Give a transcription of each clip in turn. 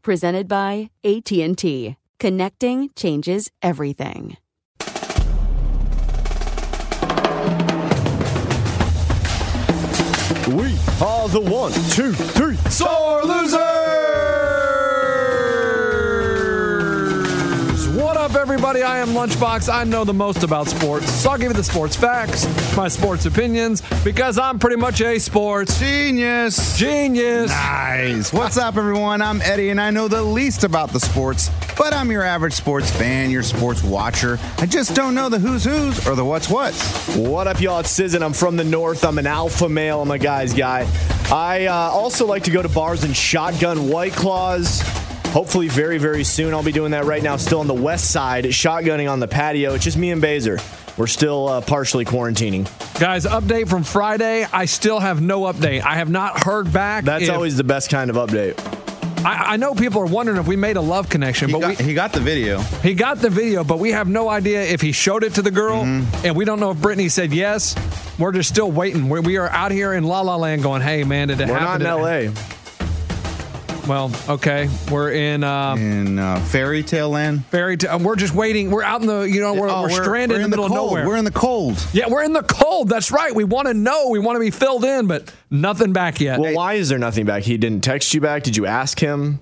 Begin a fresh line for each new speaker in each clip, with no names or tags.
Presented by AT&T. Connecting changes everything.
We are the one, two, three, sore losers. What up, everybody? I am Lunchbox. I know the most about sports, so I'll give you the sports facts, my sports opinions, because I'm pretty much a sports
Genius.
genius.
Nice. What's up, everyone? I'm Eddie, and I know the least about the sports, but I'm your average sports fan, your sports watcher. I just don't know the who's who's or the what's what's.
What up, y'all? It's Sizzin. I'm from the north. I'm an alpha male. I'm a guy's guy. I uh, also like to go to bars and shotgun White Claws. Hopefully, very, very soon. I'll be doing that right now, still on the west side, shotgunning on the patio. It's just me and Baser. We're still uh, partially quarantining.
Guys, update from Friday. I still have no update. I have not heard back.
That's
if-
always the best kind of update.
I, I know people are wondering if we made a love connection,
He,
but
got,
we,
he got the video.
he got the video, but we have no idea if he showed it to the girl, and we don't know if Brittany said yes. We're just still waiting. We're, we are out here in La La Land, going, "Hey, man, did it
We're not
happen?"
in
Did it-
LA.
Well, okay, we're in um,
In uh, fairy tale land.
fairy. T- uh, we're just waiting. We're out in the, you know, we're,
Oh,
we're, stranded in the middle
cold.
of nowhere.
We're in the cold.
yeah, we're in the cold. That's right. We want to know. We want to be filled in, but nothing back yet.
Well, why is there nothing back? He didn't text you back. Did you ask him?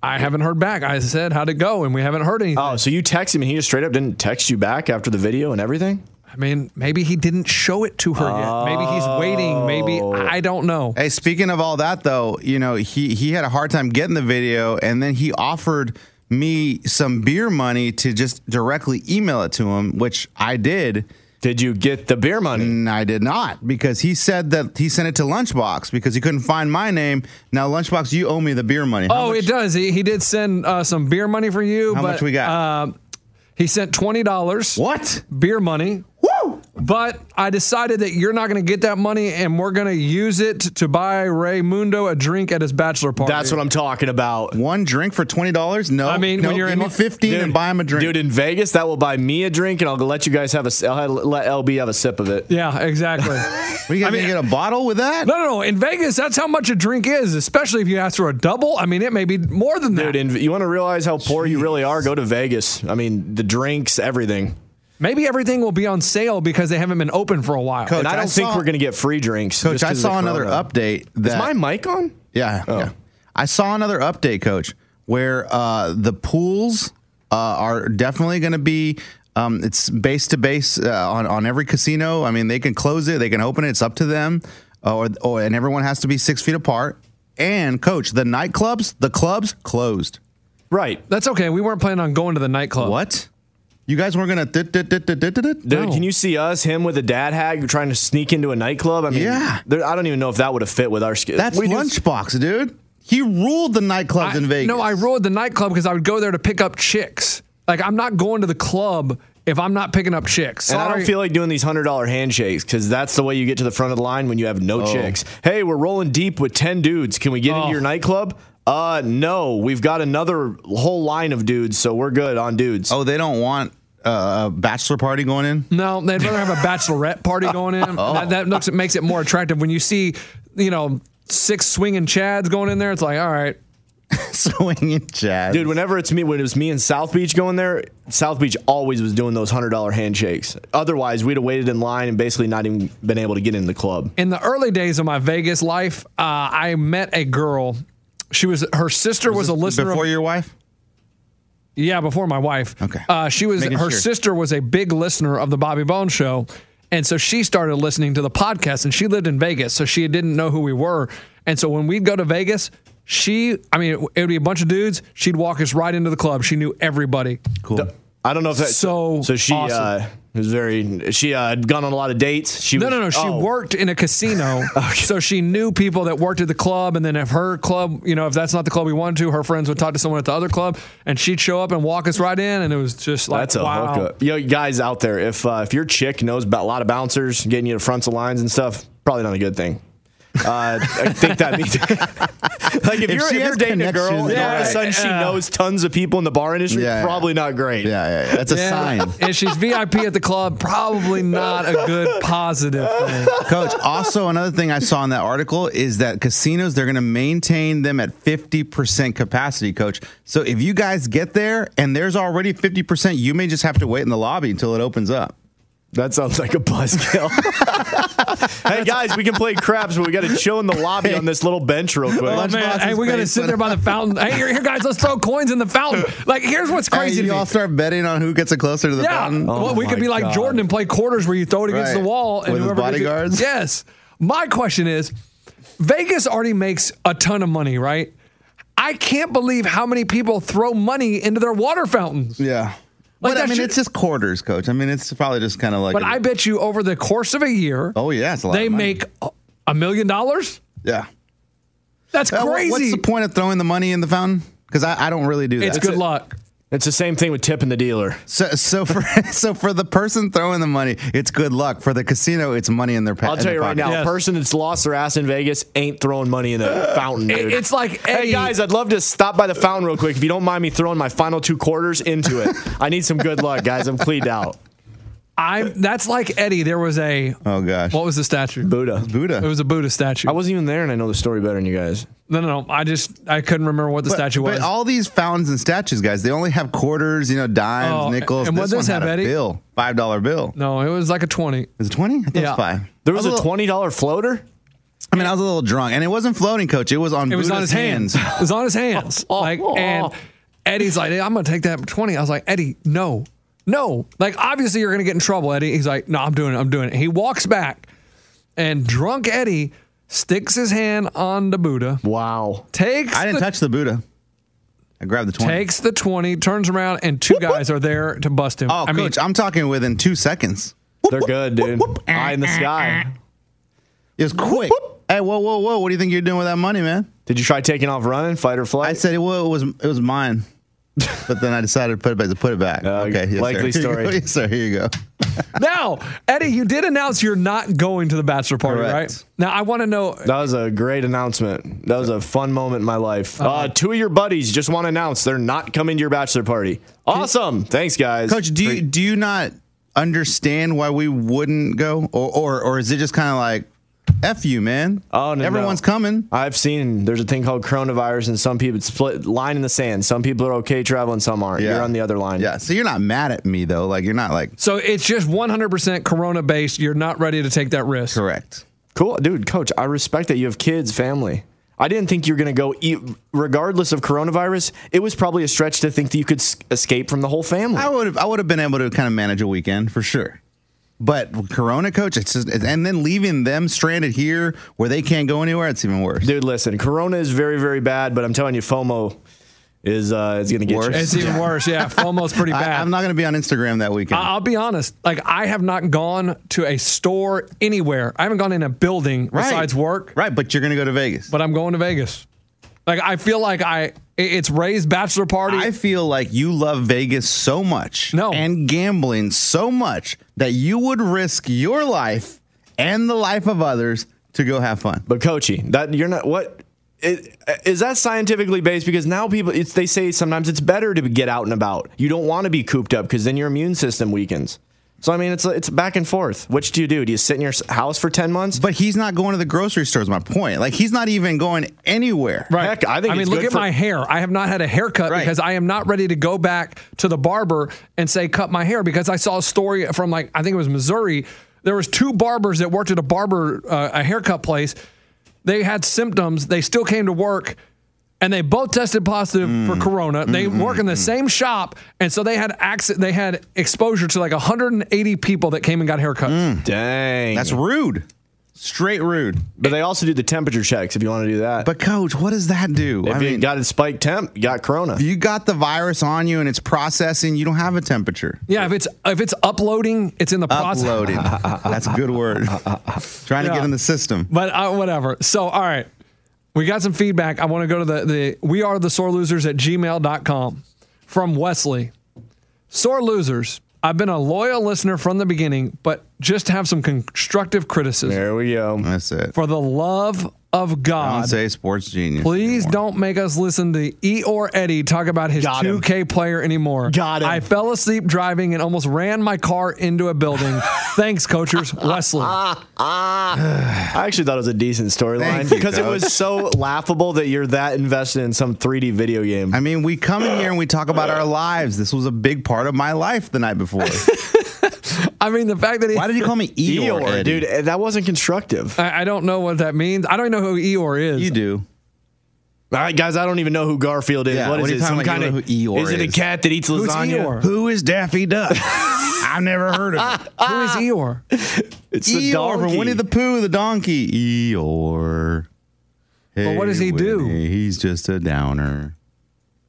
I haven't heard back. I said, "How'd it go?" and we haven't heard anything.
Oh, so you text him and he just straight up didn't text you back after the video and everything?
I mean, maybe he didn't show it to her yet. Maybe he's waiting. Maybe I don't know.
Hey, speaking of all that though, you know, he he had a hard time getting the video and then he offered me some beer money to just directly email it to him, which I did.
Did you get the beer money?
And I did not because he said that he sent it to Lunchbox because he couldn't find my name. Now, Lunchbox, you owe me the beer money. How
Oh,
much-
it does. He, he did send uh, some beer money for you.
How
but,
much we got?
Uh, he sent twenty dollars.
What?
Beer money.
Woo!
But I decided that you're not going to get that money, and we're going to use it to buy Ray Mundo a drink at his bachelor party.
That's what I'm talking about.
One drink for twenty dollars? No.
I mean,
no,
when you're
give
in
me
Lu-
fifteen and buy him a drink.
Dude, in Vegas, that will buy me a drink, and I'll let you guys have a. s- I'll have- let LB have a sip of it.
Yeah, exactly.
What, you guys gonna get a bottle with that?
no, no, no. In Vegas, that's how much a drink is, especially if you ask for a double. I mean, it may be more than that.
Dude, in, you want to realize how poor you really are? Go to Vegas. I mean, the drinks, everything.
Maybe everything will be on sale because they haven't been open for a while.
Coach,
And I
I
don't think
saw-
we're going to get free drinks.
Coach,
just
I
'cause of
saw
the
another
corona.
update that
Is my mic on?
Yeah, yeah. I saw another update, Coach, where uh, the pools uh, are definitely going to be. Um, it's base to base uh, on on every casino. I mean, they can close it, they can open it. It's up to them, uh, or, or and everyone has to be six feet apart. And coach, the nightclubs, the clubs closed.
Right.
That's okay. We weren't planning on going to the nightclub.
What? You guys weren't gonna? dit- dit- dit- dit- dit- dit- dit?
Dude,
No.
can you see us, him with a dad hag trying to sneak into a nightclub? I mean,
Yeah.
there, I don't even know if that would have fit with our schedule.
That's lunchbox, dude. He ruled the nightclubs
I-
in Vegas.
No, I rolled the nightclub because I would go there to pick up chicks. Like I'm not going to the club if I'm not picking up chicks.
And I
Sorry.
don't feel like doing these hundred dollar handshakes because that's the way you get to the front of the line when you have
Oh.
no chicks. Hey, we're rolling deep with ten dudes. Can we get into your nightclub? Uh, no, we've got another whole line of dudes, so we're good on dudes.
Oh, they don't want uh, a bachelor party going in.
no, they'd rather have a bachelorette party going in. That, that looks it makes it more attractive when you see, you know, six swinging chads going in there. It's like, all right,
swing and jazz.
Dude, whenever it's me, when it was me and South Beach going there, South Beach always was doing those hundred dollar handshakes. Otherwise, we'd have waited in line and basically not even been able to get in the club.
in the early days of my Vegas life, uh, I met a girl. She was her sister was, a listener.
before
of,
your wife.
yeah, before my wife.
Okay.
Uh, she was
Making
her
sure.
sister was a big listener of the Bobby Bones show, and so she started listening to the podcast. And she lived in Vegas, so she didn't know who we were. And so when we'd go to Vegas, she, I mean, it, it would be a bunch of dudes. She'd walk us right into the club. She knew everybody.
Cool.
I don't know if that
So
So she uh,
awesome.
was very. She uh, had gone on a lot of dates. She
No,
was,
no, no. She
oh.
worked in a casino, so she knew people that worked at the club. And then if her club, you know, if that's not the club we wanted to, her friends would talk to someone at the other club, and she'd show up and walk us right in. And it was just like,
That's a
wow.
hookup. Yo, guys out there, if uh, if your chick knows about a lot of bouncers getting you to fronts of lines and stuff, probably not a good thing. Uh, I think that means like if,
If
you're,
she
if you're
has
dating a girl and all
connections,
of a
right.
sudden she
Yeah.
knows tons of people in the bar industry,
Yeah, yeah.
probably not great.
Yeah, yeah, yeah. that's a sign.
And she's VIP at the club, probably not a good positive thing.
Coach, also another thing I saw in that article is that casinos, they're going to maintain them at 50% capacity, coach. So if you guys get there and there's already 50%, you may just have to wait in the lobby until it opens up.
That sounds like a buzzkill. hey guys, we can play craps, but we got to chill in the lobby on this little bench real quick.
Oh, man,
Lunchbox
hey,
is
we gotta
based
sit
on-
there by the fountain. Hey, here, here, guys, let's throw coins in the fountain. Like, here's what's crazy
Hey,
to
you
me.
all start betting on who gets it closer to the
Yeah.
fountain. Oh
well, we
my
could be like
God.
Jordan and play quarters where you throw it against
Right.
the wall and
With his
whoever gets it-
bodyguards?
yes. My question is, Vegas already makes a ton of money, right? I can't believe how many people throw money into their water fountains.
Yeah.
Like
but I
that
mean,
should-
it's just quarters, coach. I mean, it's probably just kind of like.
But
a-
I bet you over the course of a year,
Oh, yeah. It's a lot
they
of money.
make a- a million dollars.
Yeah.
That's
Uh, wh-
crazy.
What's the point of throwing the money in the fountain? Because I, I don't really do that.
It's good luck.
It's the same thing with tipping the dealer.
So, so for so for the person throwing the money, it's good luck. For the casino, it's money in their pocket.
I'll tell you right now,
Yes.
a person that's lost their ass in Vegas ain't throwing money in the fountain,
It-
dude.
it's like,
hey
hey-
guys, I'd love to stop by the fountain real quick if you don't mind me throwing my final two quarters into it. I need some good luck, guys. I'm cleaned out.
I that's like Eddie. There was a
Oh gosh,
what was the statue?
Buddha.
Buddha.
It was a Buddha statue.
I wasn't even there, and I know the story better than you guys.
no, no, no. I just I couldn't remember what the statue was.
But all these fountains and statues, guys, they only have quarters, you know, dimes,
Oh,
nickels.
and what
this
does
one had
have,
a
Eddie?
bill, five dollar bill.
no, it was like a twenty.
Is it twenty? I thought it
Yeah.
was five.
There was
I
a
little-
twenty dollar floater.
I mean, I was a little drunk, and it wasn't floating, coach. It was on.
It was on
Buddha's
his hands. It was on his hands. like and Eddie's like, "Hey, I'm gonna take that 20. I was like, Eddie, no, no. Like obviously you're gonna get in trouble, Eddie. He's like, no, I'm doing it. I'm doing it. He walks back, and drunk Eddie sticks his hand on the Buddha,
Wow.
takes
I
the,
didn't touch the Buddha. I grabbed the twenty.
takes the 20, turns around, and two guys are there to bust him.
oh,
I mean,
coach, I'm talking within two seconds.
They're good, dude. Eye in the sky.
It was quick. Hey, whoa, whoa, whoa! What do you think you're doing with that money, man?
Did you try taking off running, fight or flight?
I said, well, it was it was mine, but then I decided to put it back. To put it back.
Uh,
okay, yes,
likely
sir.
story.
Here you go. Yes, sir, here you go.
now Eddie, you did announce you're not going to the bachelor party,
Correct.
right? Now I want to know.
That was a great announcement. That was a fun moment in my life. Uh, two of your buddies just want to announce they're not coming to your bachelor party. Awesome. Thanks, guys.
Coach, do you do you not understand why we wouldn't go, or or, or is it just kind of like, f you, man?
Oh, no, no.
everyone's coming.
I've seen there's a thing called coronavirus, and some people it's split line in the sand. Some people are okay traveling, some aren't. You're on the other line.
Yeah, so you're not mad at me though. Like you're not like
So it's just 100% corona based. You're not ready to take that risk.
correct.
Cool, dude. Coach, I respect that you have kids, family. I didn't think you were gonna go eat, regardless of coronavirus. It was probably a stretch to think that you could s- escape from the whole family.
I would have I would have been able to kind of manage a weekend for sure. But Corona, coach, it's just, and then leaving them stranded here where they can't go anywhere, it's even worse.
dude, listen, Corona is very, very bad, but I'm telling you, FOMO is uh, is gonna get
Worse.
you.
It's even worse. Yeah, FOMO's pretty bad.
I,
I,
I'm not going to be on Instagram that weekend.
Uh-uh.
I'll be honest. Like I have not gone to a store anywhere. I haven't gone in a building
Right.
besides work.
right? But you're going to go to Vegas.
But I'm going to Vegas. Like I feel like I it- it's Ray's bachelor party.
I feel like you love Vegas so much
No.
and gambling so much that you would risk your life and the life of others to go have fun.
But Coachy, that you're not what is, is that scientifically based? Because now people it's, they say sometimes it's better to get out and about. You don't want to be cooped up because then your immune system weakens. So I mean, it's it's back and forth. Which do you do? Do you sit in your s- house for ten months?
But he's not going to the grocery store. Is my point. Like he's not even going anywhere.
Right.
Heck, I think
I mean,
it's
look
good
at
for-
my hair. I have not had a haircut
Right.
because I am not ready to go back to the barber and say cut my hair because I saw a story from like I think it was Missouri. There was two barbers that worked at a barber uh, a haircut place. They had symptoms. They still came to work. And they both tested positive
Mm.
for corona. They
Mm-hmm,
work in the same shop, and so they had access. They had exposure to like 180 people that came and got haircuts.
Mm. Dang.
That's rude. Straight rude.
but they also do the temperature checks if you want to do that.
But coach, what does that do?
if
I
you
mean,
got a spike temp, you got corona.
you got the virus on you and it's processing. You don't have a temperature.
Yeah, if it's if it's uploading, it's in the process.
Uploading. That's a good word. Trying to
Yeah.
get in the system.
But uh, whatever. So, all right. We got some feedback. I want to go to the, the we are the sore losers at gmail.com from Wesley. Sore losers. I've been a loyal listener from the beginning, but just have some constructive criticism.
There we go.
That's it.
For the love of
Don't
God,
say sports genius.
please
anymore.
don't make us listen to E or Eddie talk about his
Got him.
2K player anymore.
Got him.
I fell asleep driving and almost ran my car into a building. Thanks, coachers. Wesley.
I actually thought it was a decent storyline
Thank you,
because it was so laughable that you're that invested in some 3D video game.
I mean, we come in here and we talk about our lives. This was a big part of my life the night before.
I mean, the fact that he
Why did you call me Eeyore,
Eeyore,
Eddie?
dude, eh, that wasn't constructive.
I, I don't know what that means. I don't even know who Eeyore is.
You do.
All right, guys, I don't even know who Garfield is.
Yeah,
what
what
is
are you
it? Some
talking about?
kind
You
of
don't
is
know who Eeyore
it a
is.
cat that eats
Who's
lasagna?
Eeyore?
Who is Daffy Duck? I've never heard of him.
Who is Eeyore?
It's the
Eeyore
donkey.
from Winnie the Pooh, the donkey. Eeyore.
Well, what does
Hey,
he do?
Winnie, He's just a downer.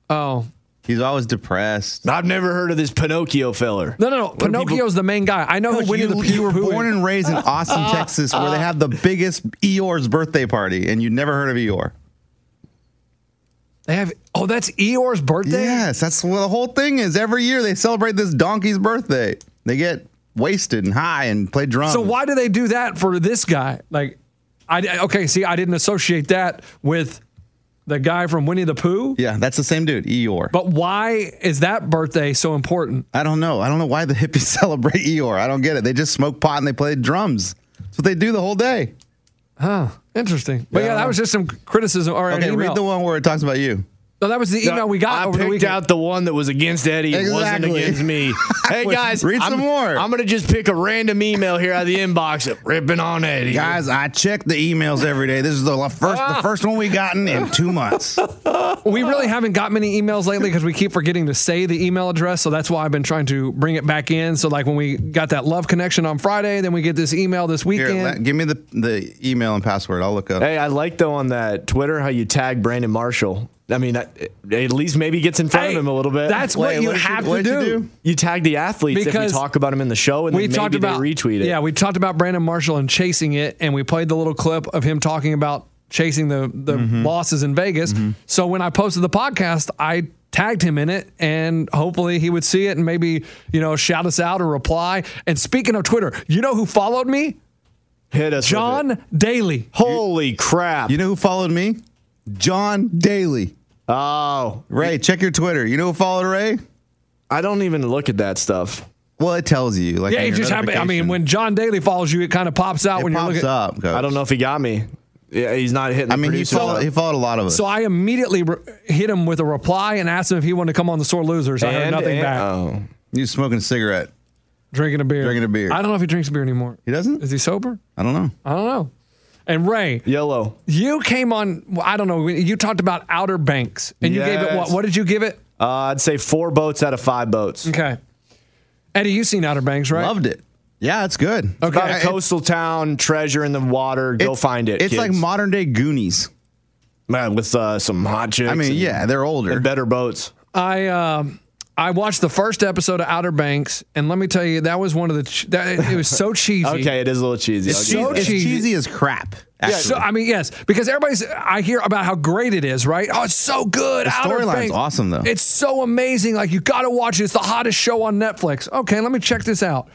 Oh.
He's always depressed.
I've never heard of this Pinocchio feller.
No, no, no. Pinocchio's the main guy. I know who Winnie
you,
the Pooh
you were
Pooh
born
is.
and raised in Austin, Texas, where they have the biggest Eeyore's birthday party, and you never heard of Eeyore.
They have. Oh, that's Eeyore's birthday?
Yes, that's what the whole thing is. Every year they celebrate this donkey's birthday. They get wasted and high and play drums.
So why do they do that for this guy? Like, I okay. See, I didn't associate that with the guy from Winnie the Pooh.
Yeah, that's the same dude, Eeyore.
But why is that birthday so important?
I don't know. I don't know why the hippies celebrate Eeyore. I don't get it. They just smoke pot and they play drums. That's what they do the whole day.
Interesting. But yeah,
Yeah.
that was just some criticism. All right,
Okay,
email.
read the one where it talks about you.
no, that was the email we got
I
over the
picked
weekend.
out the one that was against Eddie. It wasn't
Exactly.
against me. hey guys,
Read
I'm,
some more.
I'm gonna just pick a random email here out of the inbox. Ripping on Eddie.
Guys, I check the emails every day. This is the first
Ah.
the first one we gotten in two months.
We really haven't got many emails lately because we keep forgetting to say the email address. So that's why I've been trying to bring it back in. So like when we got that love connection on Friday, then we get this email this
Here,
weekend.
let- give me the, the email and password. I'll look up.
Hey, I like though on that Twitter how you tag Brandon Marshall. I mean, that, at least maybe gets in front
Hey,
of him a little bit.
That's what
Wait,
you
what did you-
have
what
to
did you
do.
do?
You tag the athletes if
Because
we talk about them in the show, and
We
then maybe
talked about
they retweet it.
Yeah, we talked about Brandon Marshall and chasing it, and we played the little clip of him talking about chasing the the
Mm-hmm.
losses in Vegas. So when I posted the podcast, I tagged him in it, and hopefully he would see it and maybe you know shout us out or reply. And speaking of Twitter, you know who followed me?
hit us, with it.
John Daly.
Holy crap!
You know who followed me? John Daly.
oh,
Ray, check your Twitter. You know who followed Ray?
I don't even look at that stuff.
Well, it tells you. Like
Yeah,
on
it
your
just happened. I mean,
notification.
when John Daly follows you, it kind of pops out
it
when
pops
you're looking.
up. Coach.
I don't know if he got me. Yeah, he's not hitting. The
I mean, he
producer
followed,
though.
he followed a lot of us.
So I immediately re- hit him with a reply and asked him if he wanted to come on the sore losers. I heard
And-
nothing
and-
back.
oh.
he was smoking a cigarette.
Drinking a beer.
uh, Drinking a beer.
I don't know if he drinks beer anymore.
He doesn't?
Is he sober?
I don't know.
I don't know. And Ray,
Yellow.
you came on. well, I don't know. You talked about Outer Banks, and you gave it what?
Yes.
What did you give it?
Uh, I'd say four boats out of five boats.
Okay. Eddie, you seen Outer Banks, right?
Loved it. Yeah, it's good.
Okay.
About
I-
a coastal town, treasure in the water. Go
It's-
find it.
It's like
kids.
modern day Goonies.
Man, with uh, some hot chicks.
I mean,
and-
yeah, they're older.
and better boats.
I um I watched the first episode of Outer Banks, and let me tell you, that was one of the. Ch- that, it was so cheesy.
Okay, it is a little cheesy.
It's,
I'll
so
give you that.
cheesy, it's
cheesy.
cheesy as crap.
Yeah, so I mean, yes, because everybody's. I hear about how great it is, right? Oh, it's so good.
The
Outer
storyline's
Banks.
awesome, though.
It's so amazing. Like you got to watch it. It's the hottest show on Netflix. Okay, let me check this out.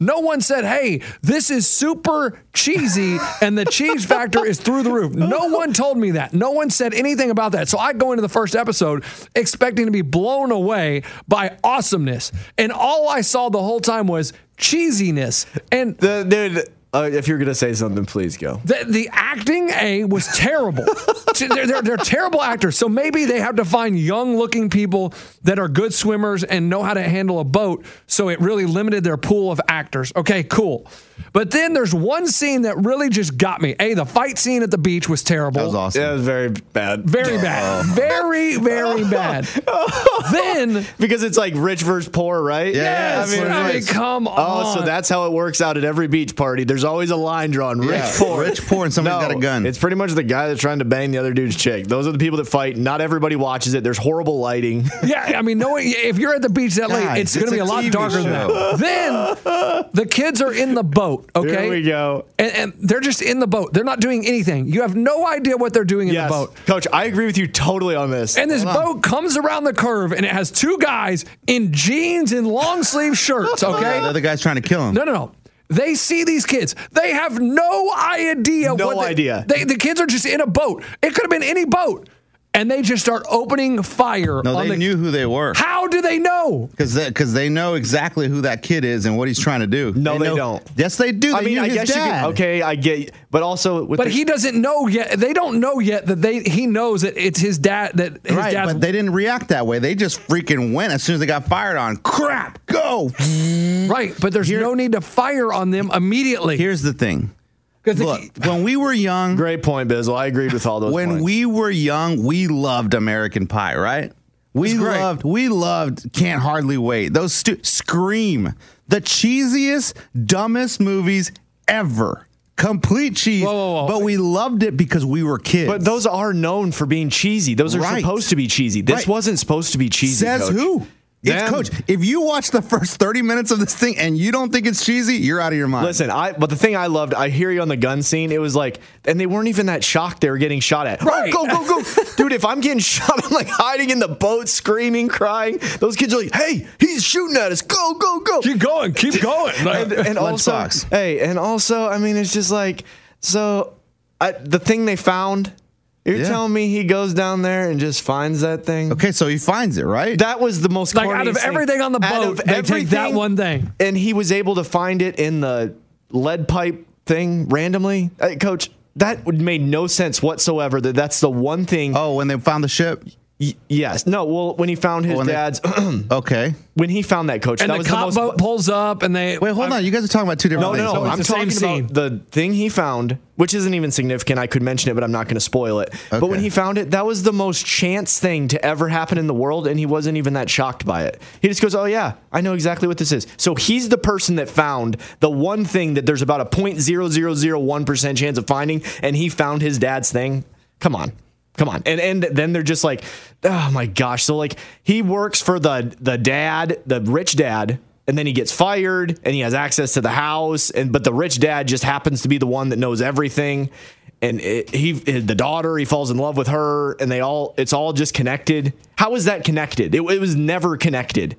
No one said, "Hey, this is super cheesy," and the cheese factor is through the roof. No one told me that. No one said anything about that. So I go into the first episode expecting to be blown away by awesomeness, and all I saw the whole time was cheesiness. And
The dude. Uh, if you're gonna say something, please go.
The, the acting A was terrible. T- they're, they're, they're terrible actors. So maybe they have to find young looking people that are good swimmers and know how to handle a boat. So it really limited their pool of actors. Okay, cool. But then there's one scene that really just got me. A, the fight scene at the beach was terrible.
That was awesome. Oh.
Yeah, it was very bad.
Very bad. Very, very bad. then.
Because it's like rich versus poor, right?
Yes, I mean,
it's-
come
Oh, so
on.
that's how it works out at every beach party. There's always a line drawn. Rich,
Yeah,
poor,
rich, poor, and somebody's
no,
got a gun.
It's pretty much the guy that's trying to bang the other dude's chick. Those are the people that fight. Not everybody watches it. There's horrible lighting.
Yeah, I mean, no. If you're at the beach that late,
Guys,
it's, going
it's
to be a
a
lot
TV
darker than
show.
that. Then the kids are in the boat. Okay,
Here we go.
And, and they're just in the boat. They're not doing anything. You have no idea what they're doing in
yes,
the boat.
coach, I agree with you totally on this.
And this boat comes around the curve, and it has two guys in jeans and long sleeve shirts.
Yeah, the
Okay,
other guy's trying to kill him.
no, no, no. They see these kids. They have no idea.
No
what they-
idea.
They, the kids are just in a boat. It could have been any boat, and they just start opening fire.
No,
on
they
the,
knew who they were
How do they know?
because they, 'cause they know exactly who that kid is and what he's trying to do.
No, they
know-
don't.
Yes, they do. They
I mean,
knew
I
his
guess you
dad.
can, okay, I get, but also with
But
the-
he doesn't know yet. They don't know yet that they he knows that it's his dad that his
right,
dad's
but they didn't react that way. They just freaking went as soon as they got fired on. Crap, go.
right. But there's no need to fire on them immediately
Here's the thing.
because
Look, when we were young,
great point, Bizzle. I agreed with all those.
when
points.
we were young, we loved American Pie, right? We
It's great.
loved, we loved Can't Hardly Wait. Those stu- Scream, the cheesiest, dumbest movies ever. Complete cheese.
Whoa, whoa, whoa.
But we loved it because we were kids.
But those are known for being cheesy. Those are
Right.
supposed to be cheesy. This
Right.
wasn't supposed to be cheesy.
says
Coach.
who? It's
Them.
coach. If you watch the first 30 minutes of this thing and you don't think it's cheesy, you're out of your mind.
Listen, I but the thing I loved, I hear you on the gun scene. It was like, and they weren't even that shocked they were getting shot at.
Right.
go, go, go, dude! If I'm getting shot, I'm like hiding in the boat, screaming, crying. Those kids are like, "Hey, he's shooting at us! Go, go, go!"
keep going, keep going.
and, and also,
Lunchbox.
hey, and also, I mean, it's just like, so, I, the thing they found. You're
Yeah.
telling me he goes down there and just finds that thing?
Okay, so he finds it, right?
That was the most
Like, out
corniest
of
thing.
everything on the
Out
boat,
of
they take that
everything,
one thing.
and he was able to find it in the lead pipe thing randomly. Hey, coach, that would made no sense whatsoever. That that's the one thing.
oh, when they found the ship?
Y- yes, no. Well, when he found his
when they-
dad's,
Okay.
when he found that coach,
and
that
the
was
cop
the most.
boat pulls up, and they
Wait, hold on. You guys are talking about two different
no, no,
things.
no.
it's
I'm
the same
talking
scene.
about the thing he found, which isn't even significant. I could mention it, but I'm not going to spoil it. But when
Okay.
he found it, that was the most chance thing to ever happen in the world, and he wasn't even that shocked by it. He just goes, "Oh yeah, I know exactly what this is." So he's the person that found the one thing that there's about a 0.0001 percent chance of finding, and he found his dad's thing. Come on. Come on, and and then they're just like, oh my gosh! So like, he works for the the dad, the rich dad, and then he gets fired and he has access to the house and but the rich dad just happens to be the one that knows everything and it, he the daughter he falls in love with her and they all it's all just connected how is that connected it, it was never connected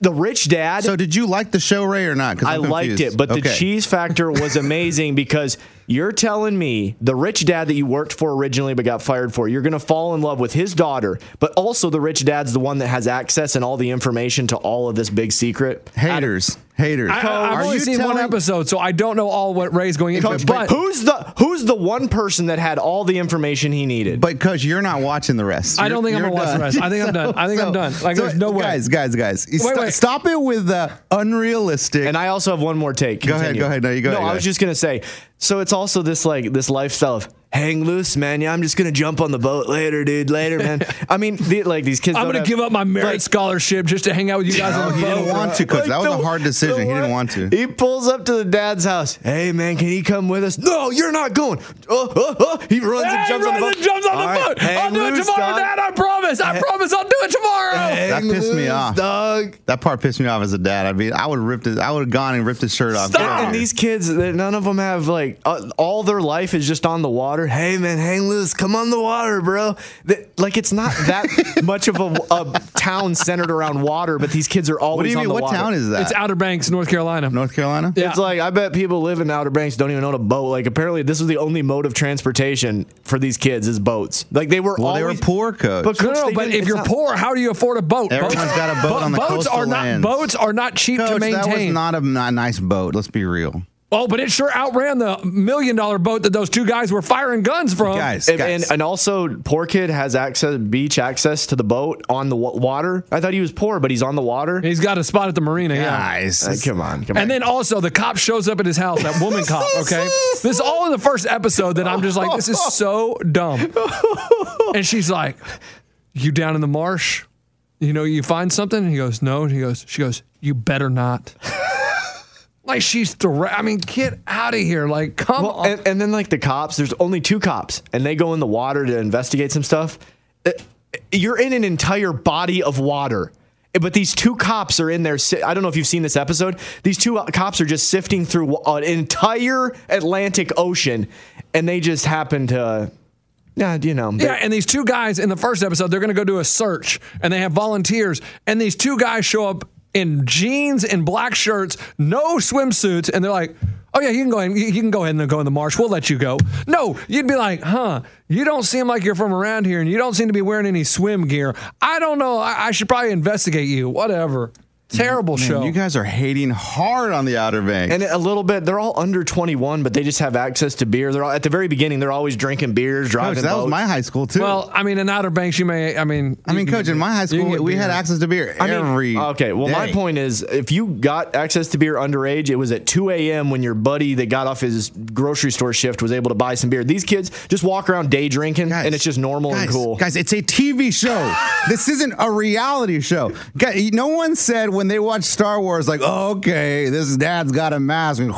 the rich dad
So did you like the show, Ray, or not? 'Cause
I
I'm
liked
confused.
it, but the
Okay.
cheese factor was amazing because you're telling me the rich dad that you worked for originally but got fired for, you're going to fall in love with his daughter, but also the rich dad's the one that has access and all the information to all of this big secret.
Haters. Haters.
I, I- I've
Are
only
you
seen one
telling-
episode, so I don't know all what Ray's going into.
Coach,
but
who's the who's the one person that had all the information he needed?
But coach, you're not watching the rest.
I don't
You're-
think I'm
you're
gonna watch the rest.
done.
I think I'm done. I think I'm done. Like, there's no way.
Guys, guys, guys. You
Wait,
sto-
wait.
Stop it with the unrealistic.
and I also have one more take.
Go ahead,
Continue.
go ahead. No, you go
No,
ahead, go
I was
ahead.
just gonna say. So it's also this like this lifestyle of hang loose, man. Yeah, I'm just gonna jump on the boat later, dude. Later, man. I mean, the, like these kids.
I'm
don't
gonna
have-
give up my merit
like,
scholarship just to hang out with you guys
No,
on the
Oh, he didn't
boat.
want to, coach. that was
the-
a hard
the
decision. He didn't
one-
want to.
He pulls up to the dad's house. Hey, man, can he come with us? No, you're not going. Oh, oh, oh. He runs
Hey,
and jumps on the
Ryan
boat.
jumps on the
All right,
boat.
hang
I'll do it
loose,
tomorrow,
dog.
Dad. I promise. I promise. I'll do it tomorrow.
That
Hang
pissed me
loose,
off.
Dog.
that part pissed me off as a dad. I mean, I would have ripped his. I would have gone and ripped his shirt off.
Stop.
Get out of
And
here.
these kids, that none of them have like uh, all their life is just on the water. water. Hey, man, hang loose. Come on the water, bro. That, like, it's not that much of a, a town centered around water, but these kids are always
What do you
on
mean?
the
What
water.
town is that?
It's Outer Banks, North Carolina.
North Carolina.
Yeah.
It's like I bet people live in Outer Banks don't even own a boat. Like apparently this was the only mode of transportation for these kids is boats. Like they were
Well,
always,
they were poor, coach.
But
No,
Coach,
no,
they
but
didn't-
if
it's
you're
not-
poor, how do you afford a boat?
Everyone's
boats,
got a boat on the
boats
coastal
are not
lands.
boats are not cheap to
coach,
maintain.
that was not a not nice boat. Let's be real,
oh, but it sure outran the million dollar boat that those two guys were firing guns from.
guys.
and,
guys.
and, and also, poor kid has access beach access to the boat on the w- water. I thought he was poor, but he's on the water.
he's got a spot at the marina. Yeah.
guys,
Like, come on, come on.
And then also the cop shows up at his house, that woman cop, okay? This is all in the first episode that I'm just like, this is so dumb. And she's like, You down in the marsh? You know, you find something? And he goes, No. And he goes, she goes, You better not. like she's direct I mean, get out of here. Like, come
Well,
on.
and, and then like the cops, there's only two cops, and they go in the water to investigate some stuff. Uh, You're in an entire body of water, Uh, but these two cops are in there. si- I don't know if you've seen this episode. These two uh, cops are just sifting through wa- an entire Atlantic Ocean, and they just happen to, yeah, you know,
Yeah, and these two guys in the first episode, they're going to go do a search, and they have volunteers, and these two guys show up in jeans and black shirts, no swimsuits, and they're like, "Oh yeah, you can go in, you you can go ahead and go in the marsh. We'll let you go." No, you'd be like, "Huh? You don't seem like you're from around here, and you don't seem to be wearing any swim gear. I don't know. I, I should probably investigate you. Whatever. Terrible
Man,
show.
you guys are hating hard on the Outer Banks.
And a little bit, they're all under 21, but they just have access to beer. They're all, at the very beginning, they're always drinking beers, driving.
coach, that was
boats.
my high school too.
well, I mean, in Outer Banks, you may. I mean,
I mean,
you can
coach,
get-
in my high
you can
school,
get
we had
beer.
access to beer
I mean,
every.
okay. Well, my
day.
point is, if you got access to beer underage, it was at 2 a.m. when your buddy that got off his grocery store shift was able to buy some beer. These kids just walk around day drinking,
Guys,
and it's just normal and
guys,
cool.
Guys, it's a TV show. this isn't a reality show. Guy- No one said when they watched Star Wars, like, oh, okay, this dad's got a mask and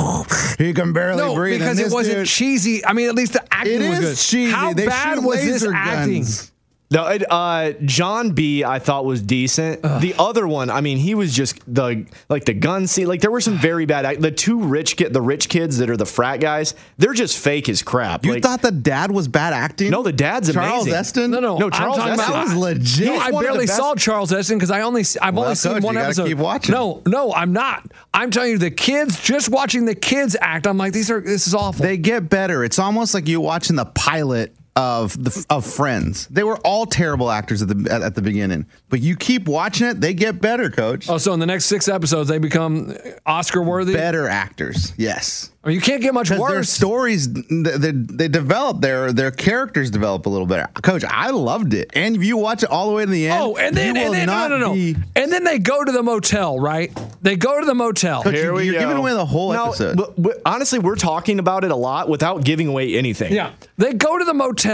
he can barely
No,
breathe. and
because it
this
wasn't
dude-
cheesy. I mean, at least the acting
It
was
is
good.
cheesy.
How
They
bad
shoot
was this
laser
acting?
guns.
No, it, uh, John B. I thought was decent. The other one, I mean, he was just the like the gun scene. Like there were some very bad. act- The two rich kid, the rich kids that are the frat guys, they're just fake as crap.
You
Like,
thought the dad was bad acting?
No, the dad's
Charles
amazing.
Eston?
No, no,
No,
I'm
Charles
talking
Estes.
about-
That was legit.
No,
He's
I
one of the
barely
best-
saw Charles Eston because I only I've
Well,
only
I
seen
told you,
one
you gotta
episode.
keep watching.
No, no, I'm not. I'm telling you, the kids just watching the kids act. I'm like, these are this is awful.
They get better. It's almost like you're watching the pilot of the of Friends. They were all terrible actors at the at, at the beginning, but you keep watching it, they get better, coach.
oh, so in the next six episodes, they become Oscar worthy.
Better actors, yes.
I mean, you can't get much
Because their
worse.
stories, they, they, they develop their their characters develop a little better. Coach, I loved it, and if you watch it all the way to the end,
Oh, and then,
you
and
will
then no,
not
no, no,
be-
and then they go to the motel, right? They go to the motel.
Coach, you, you're giving away the whole
No,
episode.
but- but honestly, we're talking about it a lot without giving away anything.
Yeah. They go to the motel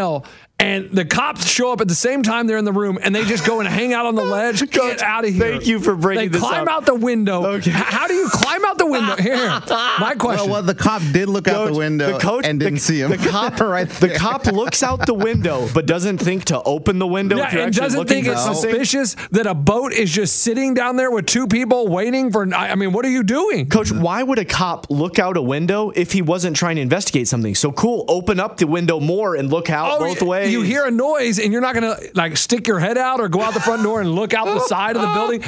and the cops show up at the same time they're in the room and they just go and hang out on the ledge.
Coach,
Get out of here.
thank you for bringing
they
this
climb
up.
out the window.
Okay.
H- How do you climb out the window? Here. My
well,
question.
well, the cop did look out the
Coach-
window and didn't
the,
see him.
The cop,
right?
The
there.
cop looks out the window, but doesn't think to open the window. if
yeah,
you're
and
actually
doesn't
looking
think
for
it's
something.
suspicious that a boat is just sitting down there with two people waiting for. I I mean, what are you doing?
Coach, why would a cop look out a window if he wasn't trying to investigate something? So cool, open up the window more and look out both
y-
ways.
Oh, You hear a noise and you're not gonna like stick your head out or go out the front door and look out the side of the building.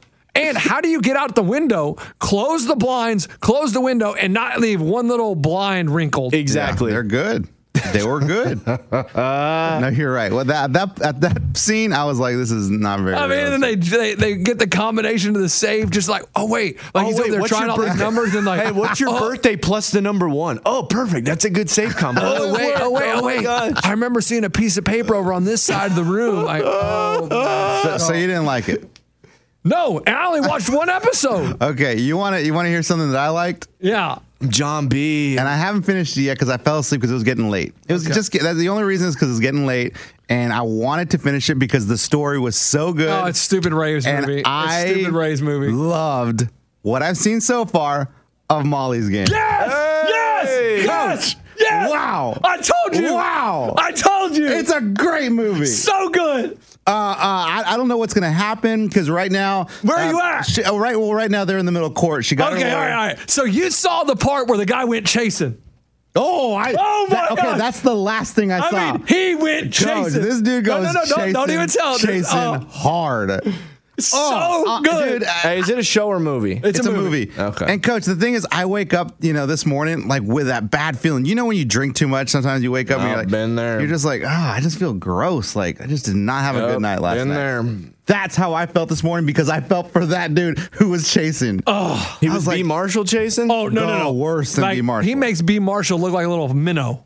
And how do you get out the window, close the blinds, close the window, and not leave one little blind wrinkled?
exactly.
They're good. They were good. Uh, no, you're right. Well, that that at that scene, I was like, this is not very.
I mean, and then they,
realistic.
they they get the combination to the save, just like, oh wait,
Oh,
like he's over
wait,
there
what's
trying
your
all these
birthday?
numbers and like,
Hey, what's your
oh,
birthday plus the number one? Oh, perfect. That's a good safe combo.
Oh wait, oh wait, oh
my
wait!
gosh.
I remember seeing a piece of paper over on this side of the room. Like, oh, my
So, so you didn't like it.
no! And I only watched one episode.
Okay, you want to you want to hear something that I liked,
Yeah,
John B.
and I haven't finished it yet because I fell asleep because it was getting late. It was just get- that's the only reason is because it was getting late, and I wanted to finish it because the story was so good.
Oh, it's stupid Ray's
and
movie. It's
I
stupid Ray's movie.
Loved what I've seen so far of Molly's game.
Yes!
Hey!
Yes! Yes!
Wow.
I told you!
Wow.
I told you!
It's a great movie.
so good!
Uh, uh, I, I don't know what's gonna happen because right now,
Where are
uh,
you at?
She, oh, right, well, right now they're in the middle of court. She got her
Okay, all
lawyer.
right, all right. So you saw the part where the guy went chasing.
Oh, I.
Oh my
that- okay,
God.
that's the last thing I, saw.
I mean, he went chasing.
Coach, this dude
No,
goes
no, no, don't,
chasing,
don't even tell. This-
chasing
oh,
hard.
so
Oh, uh,
good.
dude, I-
Hey, is it a show or movie?
It's
It's,
a
a,
movie.
movie.
Okay.
And coach, the thing is, I wake up, you know, this morning like with that bad feeling. You know, when you drink too much, sometimes you wake up and
I've
you're like,
been there.
You're just like, ah, I just feel gross. Like I just did not have a
Yep,
good night last
been
night.
there.
That's how I felt this morning because I felt for that dude who was chasing. Oh,
He
I
was,
was like-
B. Marshall chasing?
oh no, no, no.
No, worse than
like,
B. Marshall.
He makes B. Marshall look like a little minnow.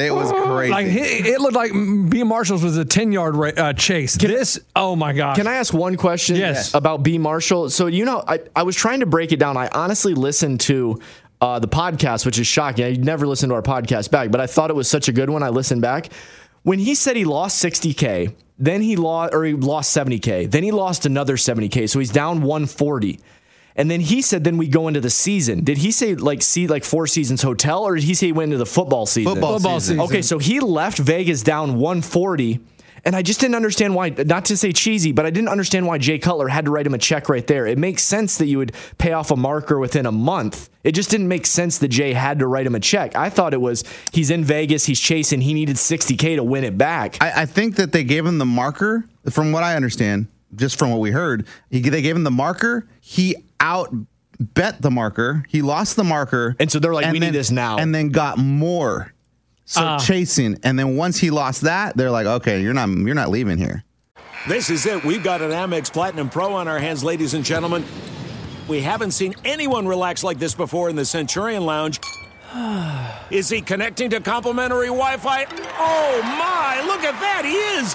it was crazy.
like he, it looked like B. Marshall's was a ten yard ra- uh, chase. this, oh my gosh.
Can I ask one question
Yes.
about B. Marshall? So, you know, I, I was trying to break it down. I honestly listened to uh, the podcast, which is shocking. I never listened to our podcast back, but I thought it was such a good one. I listened back. When he said he lost 60K, then he lost, or he lost 70K, then he lost another 70K. So he's down 140. And then he said, then we go into the season. Did he say like see like four seasons hotel, or did he say he went into the football season?
Football
Football
season.
season.
Okay, so he left Vegas down 140. And I just didn't understand why, not to say cheesy, but I didn't understand why Jay Cutler had to write him a check right there. It makes sense that you would pay off a marker within a month. It just didn't make sense that Jay had to write him a check. I thought it was he's in Vegas, he's chasing, he needed 60K to win it back.
I, I think that they gave him the marker. From what I understand, just from what we heard, he, they gave him the marker. He out bet the marker. He lost the marker,
And so they're like, "We need
then-
this now."
and then got more. So
Ah.
chasing, and then once he lost that, they're like, okay, you're not you're not leaving here.
This is it. We've got an Amex Platinum Pro on our hands, ladies and gentlemen. We haven't seen anyone relax like this before in the Centurion Lounge. Is he connecting to complimentary Wi Fi? Oh my, look at that! He is!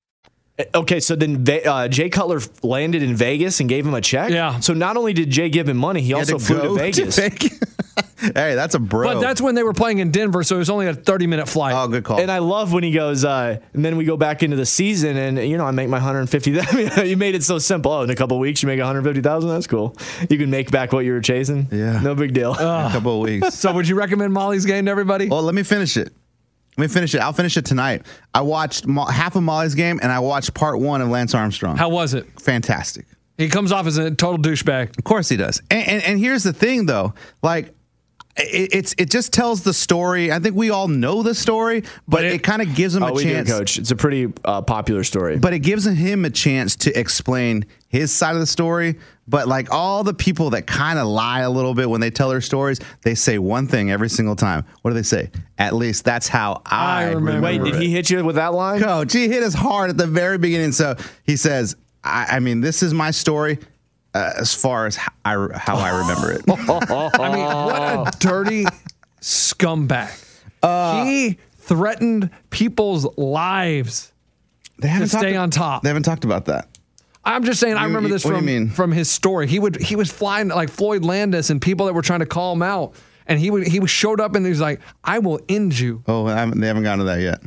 Okay, so then Ve- uh, Jay Cutler landed in Vegas and gave him a check.
Yeah.
So not only did Jay give him money, he, also
Had
flew to
go
Vegas.
Vegas. hey, that's a bro.
but that's when they were playing in Denver, so it was only a thirty minute flight.
oh, good call.
And I love when he goes, uh, and then we go back into the season, and you know, I make my 150. I mean, you made it so simple. Oh, in a couple of weeks, you make 150,000. That's cool. You can make back what you were chasing.
Yeah. Um,
no big deal.
a couple of weeks.
so would you recommend Molly's game to everybody?
Well, let me finish it. Let me finish it. I'll finish it tonight. I watched Mo- half of Molly's game, and I watched part one of Lance Armstrong.
How was it?
fantastic.
He comes off as a total douchebag.
Of course he does. And and, and here's the thing though, like it, it's it just tells the story. I think we all know the story, but,
it-
it, kind of gives him
oh,
a
we
chance.
do, coach. It's a pretty uh, popular story.
But it gives him a chance to explain his side of the story. But like all the people that kind of lie a little bit when they tell their stories, they say one thing every single time. What do they say? At least that's how
I
I,
remember
remember
Wait, did
it.
he hit you with that line?
coach. He hit us hard at the very beginning. So he says, I, I mean, this is my story uh, as far as how I, how I remember it.
Oh. I mean, what a dirty scumbag. he threatened people's lives.
They haven't
To stay
talked-
on top.
They haven't talked about that.
I'm just saying. I
You-
remember
you-
this
what do you
from
mean?
from his story. He would he was flying like Floyd Landis and people that were trying to call him out, and he would he showed up and he was like, "I will end you."
Oh, I haven't, they haven't gotten to that yet.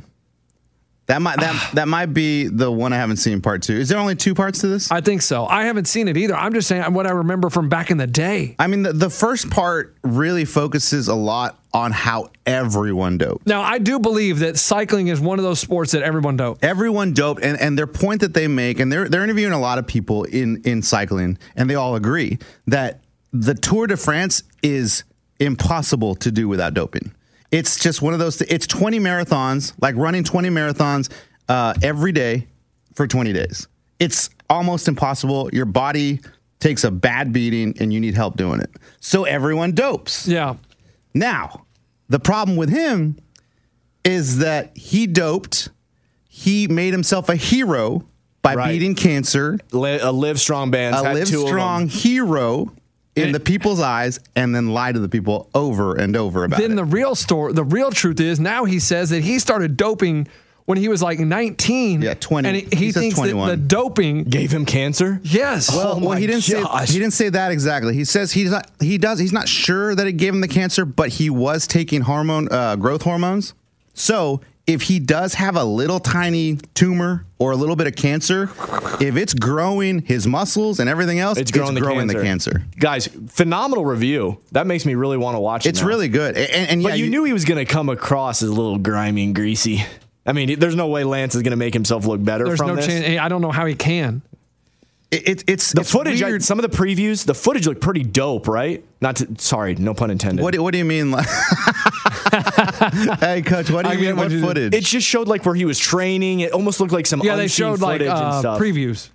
That might that that might be the one I haven't seen part two. Is there only two parts to this?
I think so. I haven't seen it either. I'm just saying what I remember from back in the day.
I mean, the, the first part really focuses a lot on how everyone doped.
Now I do believe that cycling is one of those sports that everyone dope.
Everyone doped, and, and their point that they make, and they're they're interviewing a lot of people in in cycling, and they all agree that the Tour de France is impossible to do without doping. It's just one of those. thi- It's twenty marathons, like running twenty marathons uh, every day for twenty days. It's almost impossible. Your body takes a bad beating, and you need help doing it. So everyone dopes.
Yeah.
Now, the problem with him is that he doped, he made himself a hero by
Right.
beating cancer,
Li- a live strong band.
a
had
live
two of 'em.
strong hero in the people's eyes, and then lie to the people over and over about
then
it.
the real story, the real truth is now he says that he started doping when he was like 19.
Yeah, 20.
And he, he
He says
thinks that the
21.
doping.
Gave him cancer.
Yes.
well, well, he didn't
gosh.
say he didn't say that exactly. He says he's not he does he's not sure that it gave him the cancer, but he was taking hormone uh, growth hormones. So if he does have a little tiny tumor or a little bit of cancer, if it's growing his muscles and everything else,
It's growing, the, cancer. Guys, phenomenal review. That makes me really want to watch it.
It's
now.
really good, A- and, and yeah,
But you, knew he was going to come across as a little grimy and greasy. I mean, there's no way Lance is going to make himself look better
There's
from
no
this.
chance. I don't know how he can.
it, it- it's
The
it's
footage, I,
Weird.
some of the previews, the footage looked pretty dope, right? Not to, sorry, no pun intended.
what do, what do you mean? Like, hey, coach, what do
I
you
get
mean?
what
What
you did.
footage?
it just showed like where he was training. It almost looked like some
Yeah, they
unseen
showed like
footage and
uh,
stuff.
previews.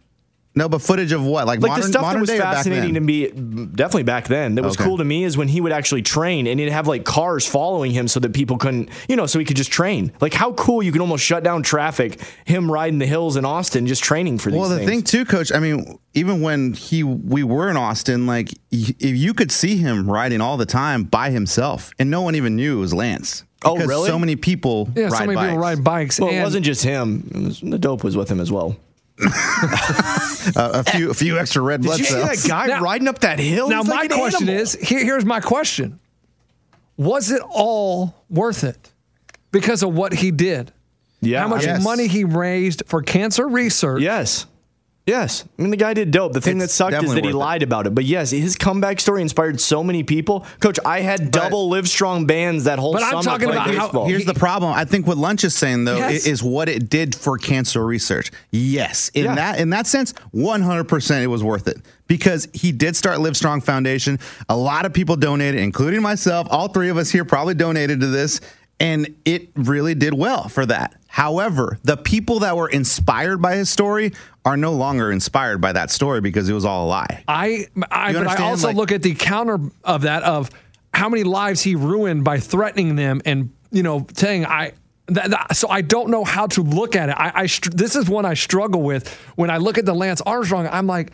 no, but footage of what? Like,
like
modern,
the stuff that
modern
was
day or back
fascinating to
then?
me definitely back then that was
Okay.
cool to me is when he would actually train and he'd have like cars following him so that people couldn't you know so he could just train like how cool you can almost shut down traffic him riding the hills in austin just training for these
Well, the
things
thing too, coach. I mean, even when he we were in Austin, like y- if you could see him riding all the time by himself, and no one even knew it was Lance.
Oh,
Because
really?
So many people.
Yeah,
ride
so many
bikes.
people ride bikes.
well
and
it wasn't just him It was- the dope was with him as well
Uh, a few, a few extra red blood cells.
guy
Now-
riding up that hill
now, my question is here, here's my question Was it all worth it because of what he did?
yeah
How much
Yes.
money he raised for cancer research?
yes Yes, I mean the guy did dope. The thing
It's
that sucked is
definitely
that he
worth it.
lied about it. But yes, his comeback story inspired so many people. Coach, I had double live strong bands that whole
But I'm
summer.
talking
playing
about how-
baseball.
Here's the problem. I think what Lunch is saying though i-
Yes.
is, what it did for cancer research. Yes, in
Yeah.
that in that sense, 100% it was worth it because he did start Live Strong Foundation. A lot of people donated, including myself. All three of us here probably donated to this, and it really did well for that. However, the people that were inspired by his story are no longer inspired by that story because it was all a lie.
I, I
You
but I
understand?
also
Like-
look at the counter of that of how many lives he ruined by threatening them and you know saying I. That, that- so I don't know how to look at it. I, I str- this is one I struggle with when I look at the Lance Armstrong. I'm like,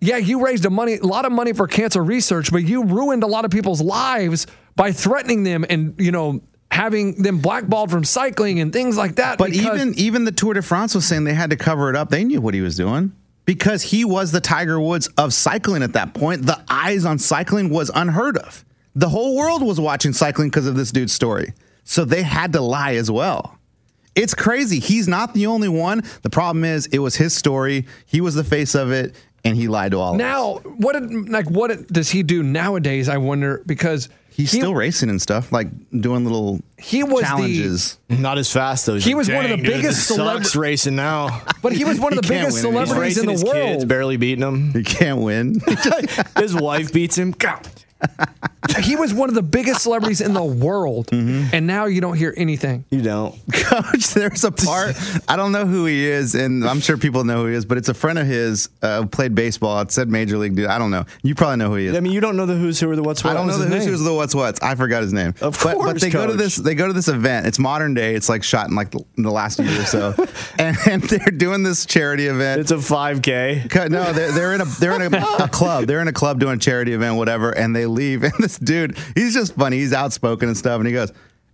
yeah, you raised a money, a lot of money for cancer research, but you ruined a lot of people's lives by threatening them and you know having them blackballed from cycling and things like that.
But
because-
even even the Tour de France was saying they had to cover it up. They knew what he was doing because he was the Tiger Woods of cycling at that point. The eyes on cycling was unheard of. The whole world was watching cycling because of this dude's story. So they had to lie as well. It's crazy. He's not the only one. The problem is it was his story. He was the face of it and he lied to all of us.
now, what did, like what did- does he do nowadays? I wonder because
He's
he-
still racing and stuff, like doing little
He was the-
challenges.
Not as fast though. He's
He
like,
was one of the
"Dang, dude,
biggest
this
celebra-
sucks racing now.
But he was one of
He
the
can't
biggest
win anymore.
celebrities
He's
in the
his kids,
world.
barely beating him.
he can't win.
his wife beats him. God.
he was one of the biggest celebrities in the world,
Mm-hmm.
and now you don't hear anything.
You don't.
coach. There's a part I don't know who he is, and I'm sure people know who he is, but it's a friend of his uh, who played baseball. It said major league dude. I don't know. You probably know who he is.
I mean, you don't know the who's who or the what's what.
I don't know
What
the
was his
who's
name?
who's the what's what's. I forgot his name.
Of
but,
course,
but they go to
coach.
this they go to this event. It's modern day. It's like shot in like the, in the last year or so, and, and they're doing this charity event.
It's a 5K.
Co- No, they're, they're in a they're in a, a club. They're in a club doing a charity event, whatever, and they leave. And this dude, he's just funny. He's outspoken and stuff. And he goes,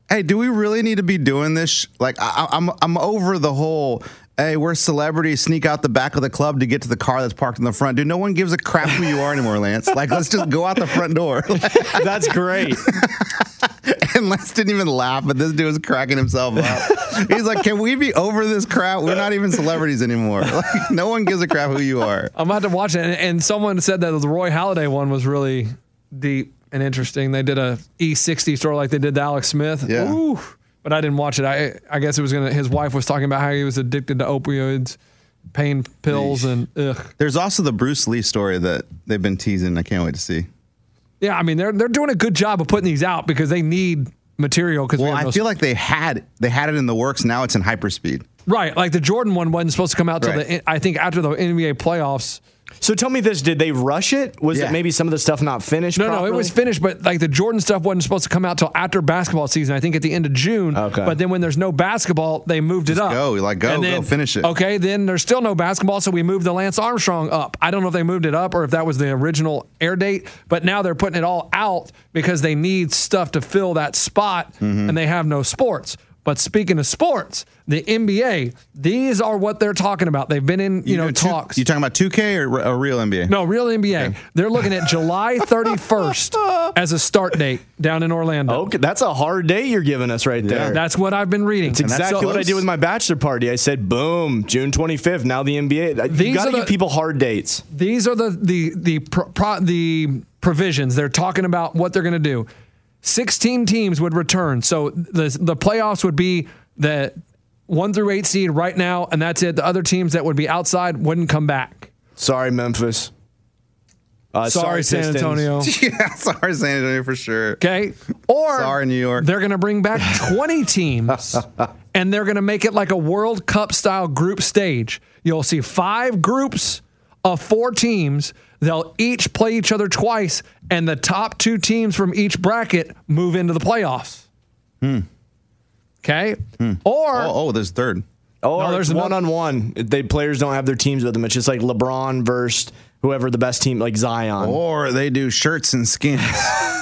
"Hey, do we really need to be doing this? sh- Like, I, I'm I'm over the whole." Hey, we're celebrities. Sneak out the back of the club to get to the car that's parked in the front. Dude, no one gives a crap who you are anymore, Lance. Like, let's just go out the front door.
That's great.
and Lance didn't even laugh, but this dude was cracking himself up. He's like, "Can we be over this crap? We're not even celebrities anymore. Like, no one gives a crap who you are."
I'm about to watch it. And, and someone said that the Roy Halladay one was really deep and interesting. They did a E60 story like they did the Alex Smith.
Yeah.
Ooh. But I didn't watch it. I I guess it was gonna. His wife was talking about how he was addicted to opioids, pain pills, and ugh.
There's also the Bruce Lee story that they've been teasing. I can't wait to see.
Yeah, I mean they're they're doing a good job of putting these out because they need material. Because
Well,
we have
I
no
feel like they had they had it in the works. Now it's in hyperspeed.
Right, like the Jordan one wasn't supposed to come out till
Right.
the I think after the NBA playoffs.
So tell me this: Did they rush it? Was
Yeah.
it maybe some of the stuff not finished?
No,
properly?
no, it was finished, but like the Jordan stuff wasn't supposed to come out till after basketball season. I think at the end of June.
Okay.
But then when there's no basketball, they moved it up.
go, like, go,
And
go, finish it.
Okay, then there's still no basketball, so we moved the Lance Armstrong up. I don't know if they moved it up or if that was the original air date, but now they're putting it all out because they need stuff to fill that spot,
Mm-hmm.
and they have no sports. But speaking of sports, the NBA, these are what they're talking about. They've been in, you, know,
two-
talks.
You talking about 2K or a real NBA?
No, real NBA. They're looking at July 31st as a start date down in Orlando.
Okay, that's a hard day you're giving us right there.
That's what I've been reading.
That's exactly
So
what I did with my bachelor party. I said, "Boom, June 25th." Now the NBA.
These
You got
are
to
the-
give people hard dates.
These are the the the pro, pro, the provisions they're talking about what they're going to do. 16 teams would return. So the the playoffs would be the 1 through 8 seed right now and that's it. The other teams that would be outside wouldn't come back.
Sorry, Memphis. Uh,
Sorry, San
Pistons.
Antonio.
yeah, sorry, San Antonio for sure.
Okay. Or
Sorry, New York.
They're going to bring back 20 teams and they're going to make it like a World Cup style group stage. You'll see five groups of four teams. They'll each play each other twice, and the top two teams from each bracket move into the playoffs. Okay. Or
Hmm. Oh, oh, there's third.
Oh,
No, there's
there's one
another-
on one. They players don't have their teams with them. It's just like LeBron versus whoever the best team, like Zion.
Oh.
Or they do shirts and skins.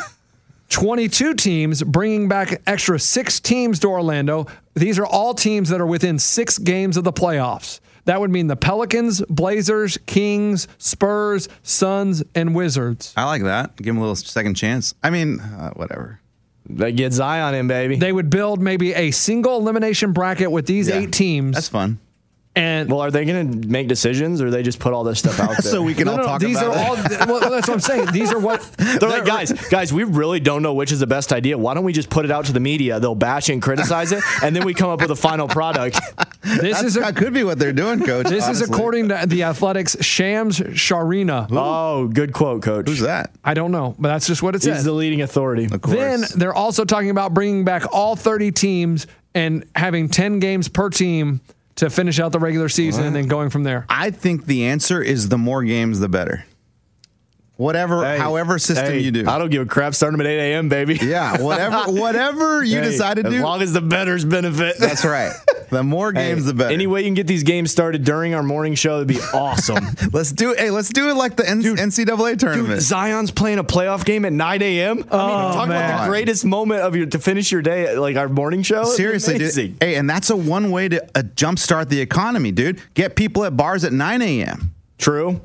22 teams, bringing back extra six teams to Orlando. These are all teams that are within six games of the playoffs. That would mean the Pelicans, Blazers, Kings, Spurs, Suns, and Wizards.
I like that. Give them a little second chance. I mean, uh, whatever.
They get Zion in, baby.
They would build maybe a single elimination bracket with these
Yeah.
eight teams.
That's fun.
and
well, are they going to make decisions, or they just put all this stuff out there?
So we can all talk
these
about
are
it.
all. well, that's what I'm saying. These are what
They're like, guys, guys, we really don't know which is the best idea. Why don't we just put it out to the media? They'll bash and criticize it, and then we come up with a final product.
This is a,
that could be what they're doing, coach.
this is
honestly.
according to the Athletics Shams Sharina.
oh, good quote, coach.
Who's that?
I don't know, but that's just what it says.
He's the leading authority.
Of course.
Then they're also talking about bringing back all 30 teams and having 10 games per team to finish out the regular season and then going from there.
I think the answer is the more games, the better. Whatever,
Hey,
however system
hey,
you do.
I don't give a crap. Start them at 8 a.m., baby.
yeah, whatever, whatever you
Hey,
decide to
as
do.
long as the betters benefit.
that's right. The more
Hey,
games, the better.
Any way you can get these games started during our morning show, that'd be awesome.
let's do. Hey, let's do it like the N- NCAA tournament.
Dude, Zion's playing a playoff game at 9 a.m. Oh, talk about
man.
the greatest moment of your to finish your day, at, like our morning show. It'd be
Seriously,
amazing.
dude. Hey, and that's a one way to uh, jumpstart the economy, dude. Get people at bars at 9 a.m.
True.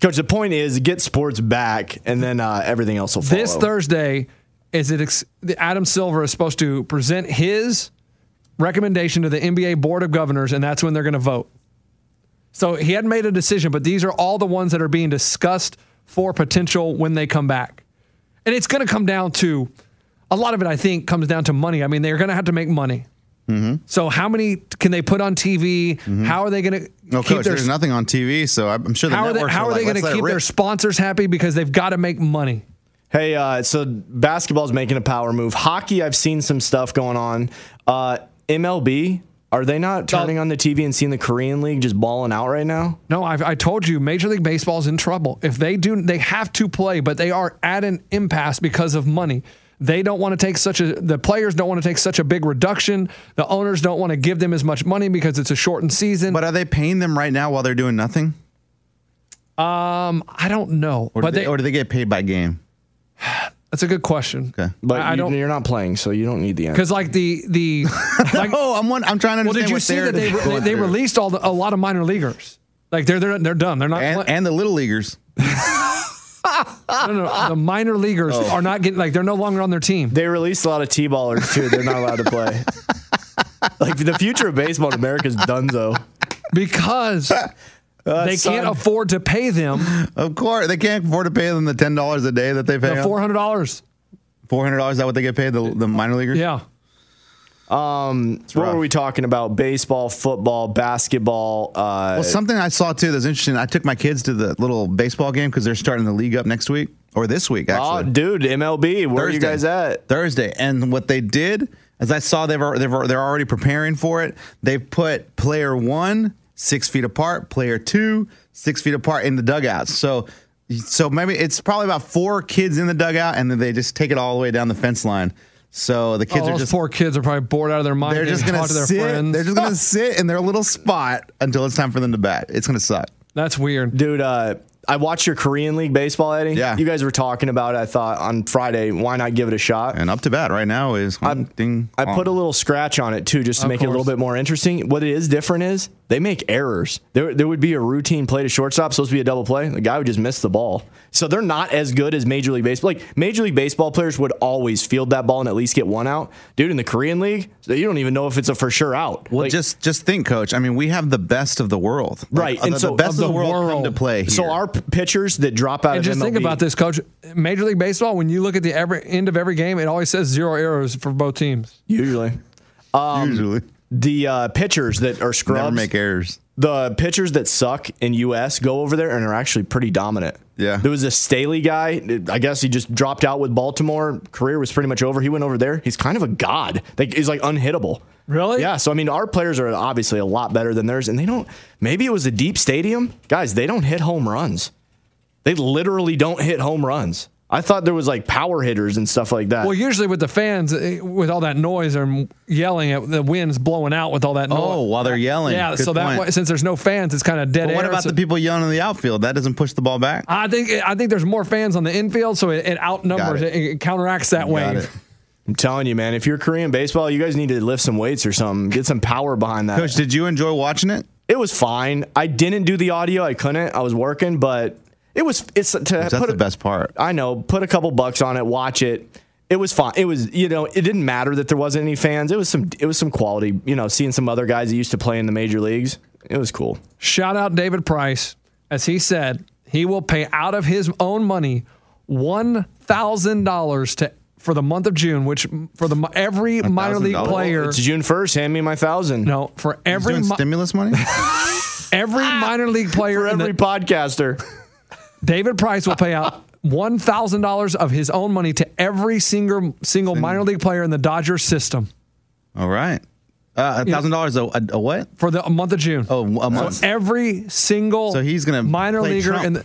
Coach, the point is get sports back, and then uh, everything else will follow.
This Thursday is it ex- the- Adam Silver is supposed to present his recommendation to the NBA Board of Governors and that's when they're going to vote. So he hadn't made a decision, but these are all the ones that are being discussed for potential when they come back. And it's going to come down to a lot of it I think comes down to money. I mean, they're going to have to make money.
Mm-hmm.
So how many can they put on TV? How are they going to
No,
keep
coach,
their
there's nothing on TV, so I'm I'm sure the
how are they,
networks
how
are
are
like,
they going
"Let's
to
let it
keep their
rip."
sponsors happy because they've got to make money?
Hey, uh, so basketball's making a power move. Hockey, I've seen some stuff going on. Uh, MLB, are they not turning on the TV and seeing the Korean League just balling out right now?
No, I've, I told you, Major League Baseball's in trouble. If they do, they have to play, but they are at an impasse because of money. They don't want to take such a. The players don't want to take such a big reduction. The owners don't want to give them as much money because it's a shortened season.
But are they paying them right now while they're doing nothing?
um, I don't know.
Or,
but
do, they,
they,
or do they get paid by game?
That's a good question. Okay.
But
I- I
you,
don't-
you're not playing, so you don't need the answer.
Because like the the like,
oh, I'm one, I'm trying to
well,
understand.
did you
what
see
they're
that they
going
they, they
through.
released all the, a lot of minor leaguers? Like they're they're they're done. They're not.
and,
play-
and the little leaguers?
no, no, no, the minor leaguers
Oh.
are not getting like they're no longer on their team.
They released a lot of T-ballers too. They're not allowed to play. like the future of baseball in America is dunzo.
because they
son.
can't afford to pay them
Of course, they can't afford to pay them the ten dollars a day that they pay.
the four hundred dollars.
Four hundred dollars. Is that what they get paid? The, the minor leaguers.
Yeah,
What
rough.
were we talking about? Baseball, football, basketball. Uh,
Well, something I saw too that's interesting. I took my kids to the little baseball game because they're starting the league up next week or this week
oh,
actually.
dude, MLB. Where are you guys at?
Thursday. And what they did is I saw they've al- they've al- they're already preparing for it. They put player one six feet apart, player two six feet apart in the dugouts. So so maybe it's probably about four kids in the dugout, and then they just take it all the way down the fence line. So the kids
oh,
are
those
just
poor kids are probably bored out of their mind.
they're just
getting
gonna
talked to their
sit.
friends.
They're just gonna sit in their little spot until it's time for them to bat. It's gonna suck.
That's weird.
Dude, uh, I watched your Korean League baseball, Eddie.
Yeah.
You guys were talking about it, I thought, on Friday. Why not give it a shot?
And up to bat right now is one thing.
I put a little scratch on it too, just to
Of
make it a little
course.
bit more interesting. What it is different is they make errors. There, there would be a routine play to shortstop, supposed to be a double play. The guy would just miss the ball. So they're not as good as Major League Baseball. Like Major League Baseball players would always field that ball and at least get one out. Dude, in the Korean League, you don't even know if it's a for sure out.
Well,
Like,
just just think, coach. I mean, we have the best of the world, Like, uh,
Right,
The,
and so-
the best
of
of
the
the, world, come
world.
to play. Here.
so our p- pitchers that drop out
And
of
just think
MLB
about this, coach. Major League Baseball, when you look at the every, end of every game, it always says zero errors for both teams.
usually.
um,
usually
The uh, pitchers that are
never
scrubs,
make errors.
the pitchers that suck in US go over there and are actually pretty dominant.
Yeah.
There was a Staley guy. I guess he just dropped out with Baltimore. Career was pretty much over. He went over there. He's kind of a god. Like he's like unhittable.
Really?
Yeah. So I mean, our players are obviously a lot better than theirs, and they don't. Maybe it was a deep stadium, guys. They don't hit home runs. They literally don't hit home runs. I thought there was like power hitters and stuff like that.
Well, usually with the fans, eh, with all that noise and yelling, at the wind's blowing out with all that noise.
Oh, while they're yelling.
yeah.
Good
So that
point.
way, since there's no fans, it's kind of dead
But what
air.
about
So-
the people yelling in the outfield? That doesn't push the ball back.
I think I think there's more fans on the infield, so it, it outnumbers,
Got it.
it. It, counteracts that
Got
wave.
it.
I'm telling you, man. If you're Korean baseball, you guys need to lift some weights or something. Get some power behind that.
Coach, did you enjoy watching it?
it was fine. I didn't do the audio. I couldn't. I was working, but it was. It's to
That's
put
the
a-
best part.
I know. Put a couple bucks on it. Watch it. It was fine. It was you know. It didn't matter that there wasn't any fans. It was some. It was some quality. You know, seeing some other guys that used to play in the major leagues. It was cool.
Shout out David Price, as he said, he will pay out of his own money one thousand dollars to for the month of June, which m- for the mi- every minor league
$1,000?
player.
It's June first. Hand me my thousand.
No, for every
Doing Ah!
mi-
stimulus money?
every minor league player,
For
in the-
every podcaster.
David Price will pay out one thousand dollars of his own money to every single single minor league player in the Dodgers system
All right. Uh, $1,000 a, a, a what?
for the month of June.
Oh, a month.
So every single
So he's gonna
minor
play
leaguer
Trump.
in the,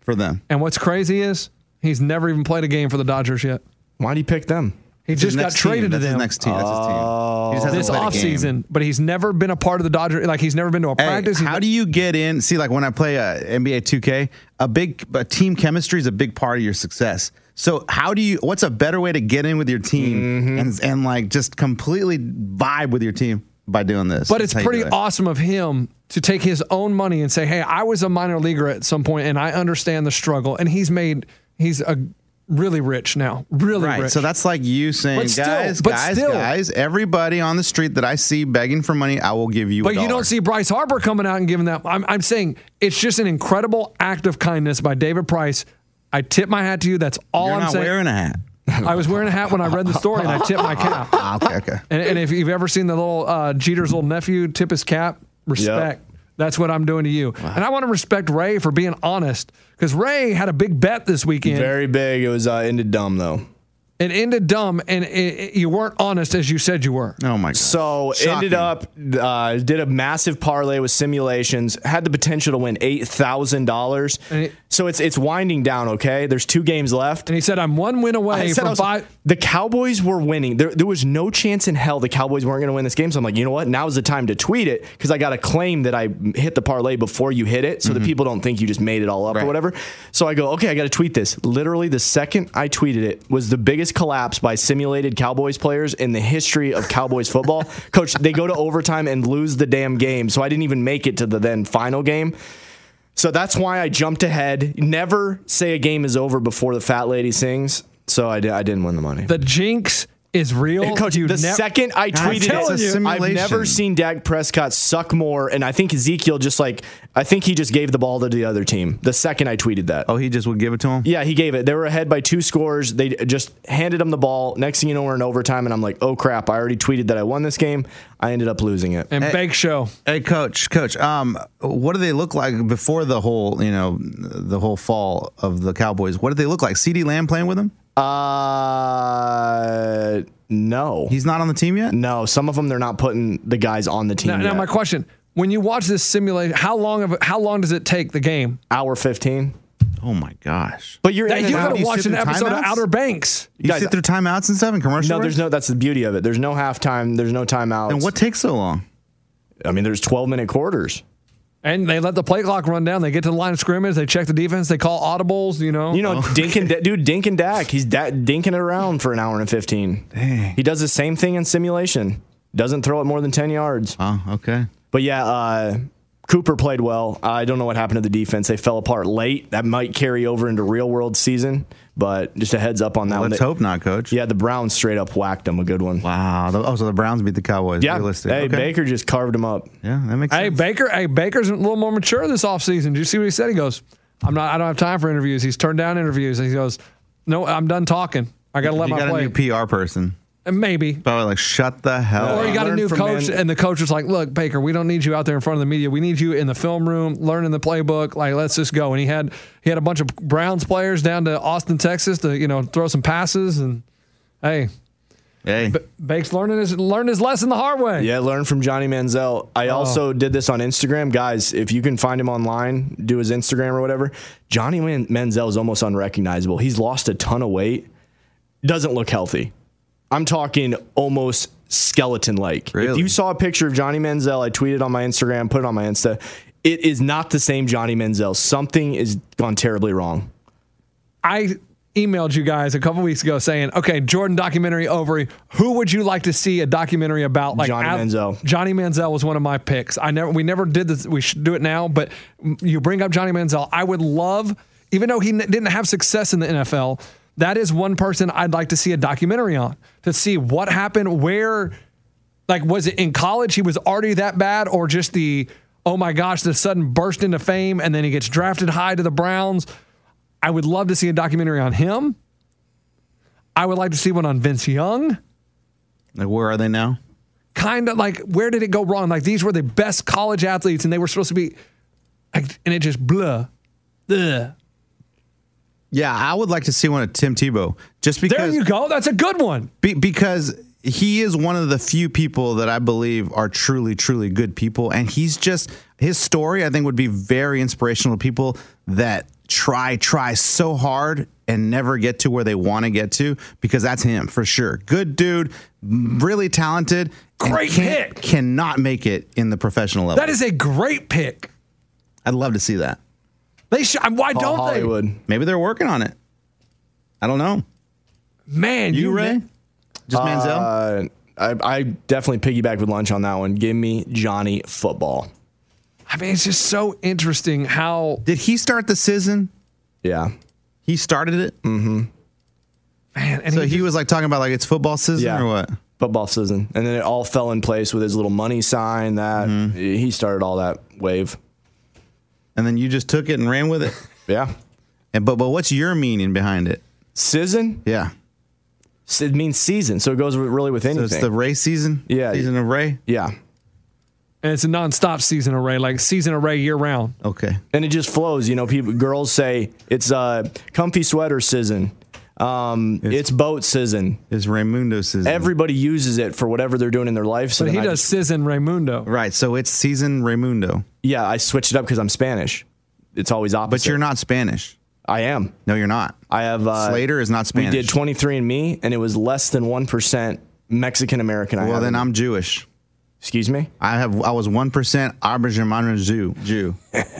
for them.
and what's crazy is he's never even played a game for the Dodgers yet.
Why do you pick them?
He
His
just got
next team.
traded to
That's
them Oh.
His next team. That's his team. He just hasn't
this
played a game.
offseason, but he's never been a part of the Dodgers. Like he's never been to a
Hey,
practice. He's
how
ne-
do you get in? See, like when I play uh, NBA 2K, a big a team chemistry is a big part of your success. So how do you? What's a better way to get in with your team
Mm-hmm.
and and like just completely vibe with your team by doing this?
But
That's
it's
how you
pretty
do it.
awesome of him to take his own money and say, "Hey, I was a minor leaguer at some point, and I understand the struggle." And he's made he's a really rich now, really
Right,
rich.
so that's like you saying,
But still-
guys,
but
guys,
still-
guys. Everybody on the street that I see begging for money, I will give you. a
but you
dollar."
don't see Bryce Harper coming out and giving that. I'm, I'm saying it's just an incredible act of kindness by David Price. I tip my hat to you. That's all
You're
I'm
not
saying.
wearing a hat.
I was wearing a hat when I read the story, and I tipped my cap.
Ah, okay, okay.
And, and if you've ever seen the little uh, Jeter's little nephew tip his cap, respect. That's what I'm doing to you. And I want to respect Ray for being honest because Ray had a big bet this weekend.
Very big. It was uh, ended dumb though.
It ended dumb, and it, it- you weren't honest as you said you were.
Oh my god.
So ended
Shocking.
up uh, did a massive parlay with simulations. Had the potential to win eight thousand dollars.
And it-
So it's it's winding down. Okay, there's two games left.
And he said, "I'm one win
I
away
said I
from
was-
five.
the Cowboys were winning. There, there was no chance in hell the Cowboys weren't going to win this game. So I'm like, you know what? Now's the time to tweet it because I got to claim that I hit the parlay before you hit it so that people don't think you just made it all up or
Right.
whatever. So I go, okay, I got to tweet this. Literally, the second I tweeted it was the biggest collapse by simulated Cowboys players in the history of Cowboys football. Coach, they go to overtime and lose the damn game. So I didn't even make it to the then final game. So that's why I jumped ahead. Never say a game is over before the fat lady sings. So I, di- I didn't win the money.
The Oh, jinx is real.
Hey, Coach,
you
the
nev-
second I tweeted
telling
it,
you. It's
a
I've never
simulation.
seen Dak Prescott suck more. And I think Ezekiel just like, I think he just gave the ball to the other team the second I tweeted that.
Oh, he just would give it to him.
Yeah, he gave it. They were ahead by two scores. They just handed him the ball. Next thing you know, we're in overtime. And I'm like, oh crap, I already tweeted that I won this game. I ended up losing it.
and Bake Show.
Hey, coach, coach. Um, what do they look like before the whole, you know, the whole fall of the Cowboys? What do they look like? C.D. Lamb playing with them?
Uh, no.
He's not on the team yet.
No, some of them they're not putting the guys on the team.
Now, now,
yet.
my question: When you watch this simulation, how long of how long does it take the game?
hour fifteen.
Oh my gosh!
But you're
That
in and
you
out.
gotta
You
watch
sit
an
through
episode of
timeouts?
Outer Banks.
You
Guys,
sit through timeouts and stuff and commercial.
No, there's
breaks?
no. That's the beauty of it. There's no halftime. There's no timeouts.
And what takes so long?
I mean, there's 12 minute quarters.
And they let the play clock run down. They get to the line of scrimmage. They check the defense. They call audibles. You know.
You know, Dink and Da- dude, Dink and Dak. He's da- dinking it around for an hour and 15. He does the same thing in simulation. Doesn't throw it more than 10 yards.
Oh, okay.
But yeah, uh, Cooper played well. I don't know what happened to the defense. They fell apart late. That might carry over into real world season. But just a heads up on that one.
Let's
They-
hope not, coach.
Yeah, the Browns straight up whacked them. A good one.
Wow. The- Oh, so the Browns beat the Cowboys.
Yeah.
Realistic.
Hey,
Okay.
Baker just carved him up.
Yeah, that makes
Hey
sense.
Baker. Hey Baker's a little more mature this offseason. Do you see what he said? He goes, "I'm not. I don't have time for interviews." He's turned down interviews. He goes, "No, I'm done talking. I got to let
you
my
got
play."
a new PR person.
and maybe.
Probably like shut the hell.
Or
up.
he got a
learn
new
from
coach,
men.
and the coach was like, "Look, Baker, we don't need you out there in front of the media. We need you in the film room, learning the playbook. Like, let's just go." And he had he had a bunch of Browns players down to Austin, Texas, to you know throw some passes. And hey,
hey,
Bake's learning his learned his lesson the hard way.
Yeah, learn from Johnny Manziel. I also did this on Instagram, guys. If you can find him online, do his Instagram or whatever. Johnny Man- Manziel is almost unrecognizable. He's lost a ton of weight. Doesn't look healthy. I'm talking almost skeleton like. If
Really?
you saw a picture of Johnny Manziel, I tweeted on my Instagram, put it on my Insta. It is not the same Johnny Manziel. Something is gone terribly wrong.
I emailed you guys a couple weeks ago saying, okay, Jordan documentary over. Who would you like to see a documentary about? Like
Johnny
I-
Manziel.
Johnny Manziel was one of my picks. I never, we never did this. We should do it now, but m- you bring up Johnny Manziel. I would love, even though he n- didn't have success in the NFL, that is one person I'd like to see a documentary on to see what happened, where, like, was it in college he was already that bad, or just the, oh my gosh, the sudden burst into fame and then he gets drafted high to the Browns? I would love to see a documentary on him. I would like to see one on Vince Young.
like where are they now?
Kind of like where did it go wrong? Like these were the best college athletes, and they were supposed to be, like, and it just blah, Ugh.
Yeah, I would like to see one of Tim Tebow just because.
There you go. That's a good one.
Be- because he is one of the few people that I believe are truly, truly good people. And he's just, his story, I think, would be very inspirational to people that try, try so hard and never get to where they want to get to because that's him for sure. Good dude, m- really talented. and
Great
can't-
pick.
Cannot make it in the professional level.
That is a great pick.
I'd love to see that.
They should. Why don't
Hollywood.
Maybe they're working on it. I don't know.
they? Man,
You, Ray?
ne-
Just
Uh,
Manziel?
I, I definitely piggyback with lunch on that one. Give me Johnny football.
I mean, it's just so interesting how
Did he start the season?
Yeah.
He started it?
man. And
So
he,
he was like talking about like it's football season
Yeah.
or what?
football season. And then it all fell in place with his little money sign that
Mm-hmm.
he started all that wave.
And then you just took it and ran with it.
Yeah.
And but but what's your meaning behind it?
Season?
Yeah.
S- It means season. So it goes with- really with
So
anything.
it's the Ray season?
Yeah.
Season of Ray?
yeah.
and it's a nonstop season array, like season array year round.
Okay.
And it just flows. You know, people, girls say it's uh, comfy sweater season. Um, it's, boat season.
Is Raimundo season?
Everybody uses it for whatever they're doing in their life. So
But he
then I
does
just-
Sizzin Raimundo.
right. So it's season Raimundo,
yeah, I switched it up because I'm Spanish. It's always opposite.
but you're not Spanish.
I am.
No, you're not.
I have. Uh,
Slater is not Spanish.
We did 23andMe, and it was less than one percent Mexican American.
Well, then I'm Jewish.
Excuse me.
I have. I was one percent Abergerman Jew. Jew.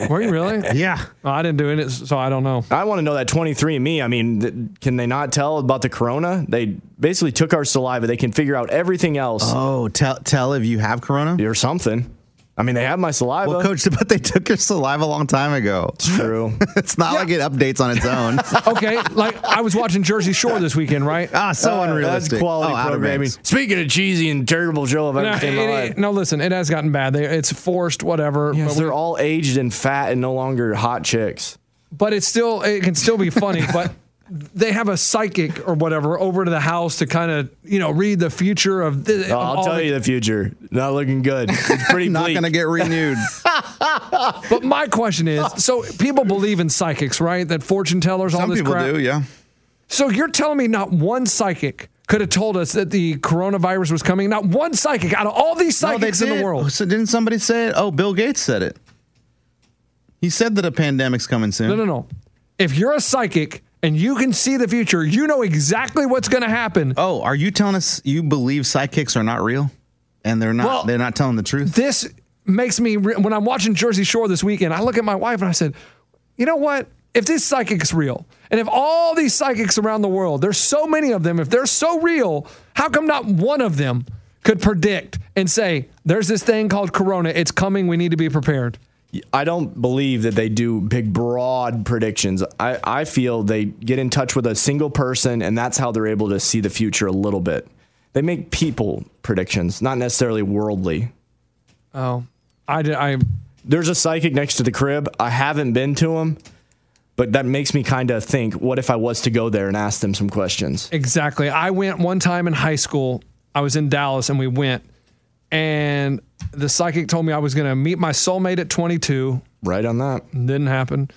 Were you really?
Yeah.
Well, I didn't do it, so I don't know.
I want to know that 23andMe. I mean, th- can they not tell about the corona? They basically took our saliva. They can figure out everything else
Oh, tell tell if you have corona.
or something. I mean, they have my saliva.
Well, coach, but they took your saliva a long time ago.
True.
It's not like it updates on its own.
Okay, like I was watching Jersey Shore this weekend, right?
ah, so
Uh,
unrealistic.
That's quality
Oh, Outer
programming.
Banks.
Speaking of cheesy and terrible show I've
No,
ever seen in my
it-
life.
it- no, listen, it has gotten bad. They, it's forced, whatever.
Yes,
but, we-
they're all aged and fat and no longer hot chicks.
but it's still it can still be funny. but they have a psychic or whatever over to the house to kind of you know read the future of this.
Oh, I'll tell you the future. Not looking good. It's pretty
Not
bleak.
gonna get renewed.
But my question is, so people believe in psychics, right? That fortune tellers, all
Some
this
people
crap.
do. Yeah.
So you're telling me not one psychic could have told us that the coronavirus was coming? Not one psychic out of all these psychics in the
did.
world.
Oh, So didn't somebody say it? Oh, Bill Gates said it. He said that a pandemic's coming soon.
No, no, no. If you're a psychic and you can see the future, you know exactly what's going to happen.
Oh, are you telling us you believe psychics are not real, and they're not?
Well-
they're not telling the truth.
This makes me re- when I'm watching Jersey Shore this weekend, I look at my wife and I said, "You know what? If this psychic's real, and if all these psychics around the world, there's so many of them, if they're so real, how come not one of them could predict and say, there's this thing called corona, it's coming, we need to be prepared."
I don't believe that they do big, broad predictions. I, I feel they get in touch with a single person, and that's how they're able to see the future a little bit. They make people predictions, not necessarily worldly.
Oh, I did I
There's a psychic next to the crib. I haven't been to him, but that makes me kind of think what if I was to go there and ask them some questions?
Exactly. I went one time in high school. I was in Dallas and we went, and the psychic told me I was going to meet my soulmate at 22.
Right on that.
Didn't happen.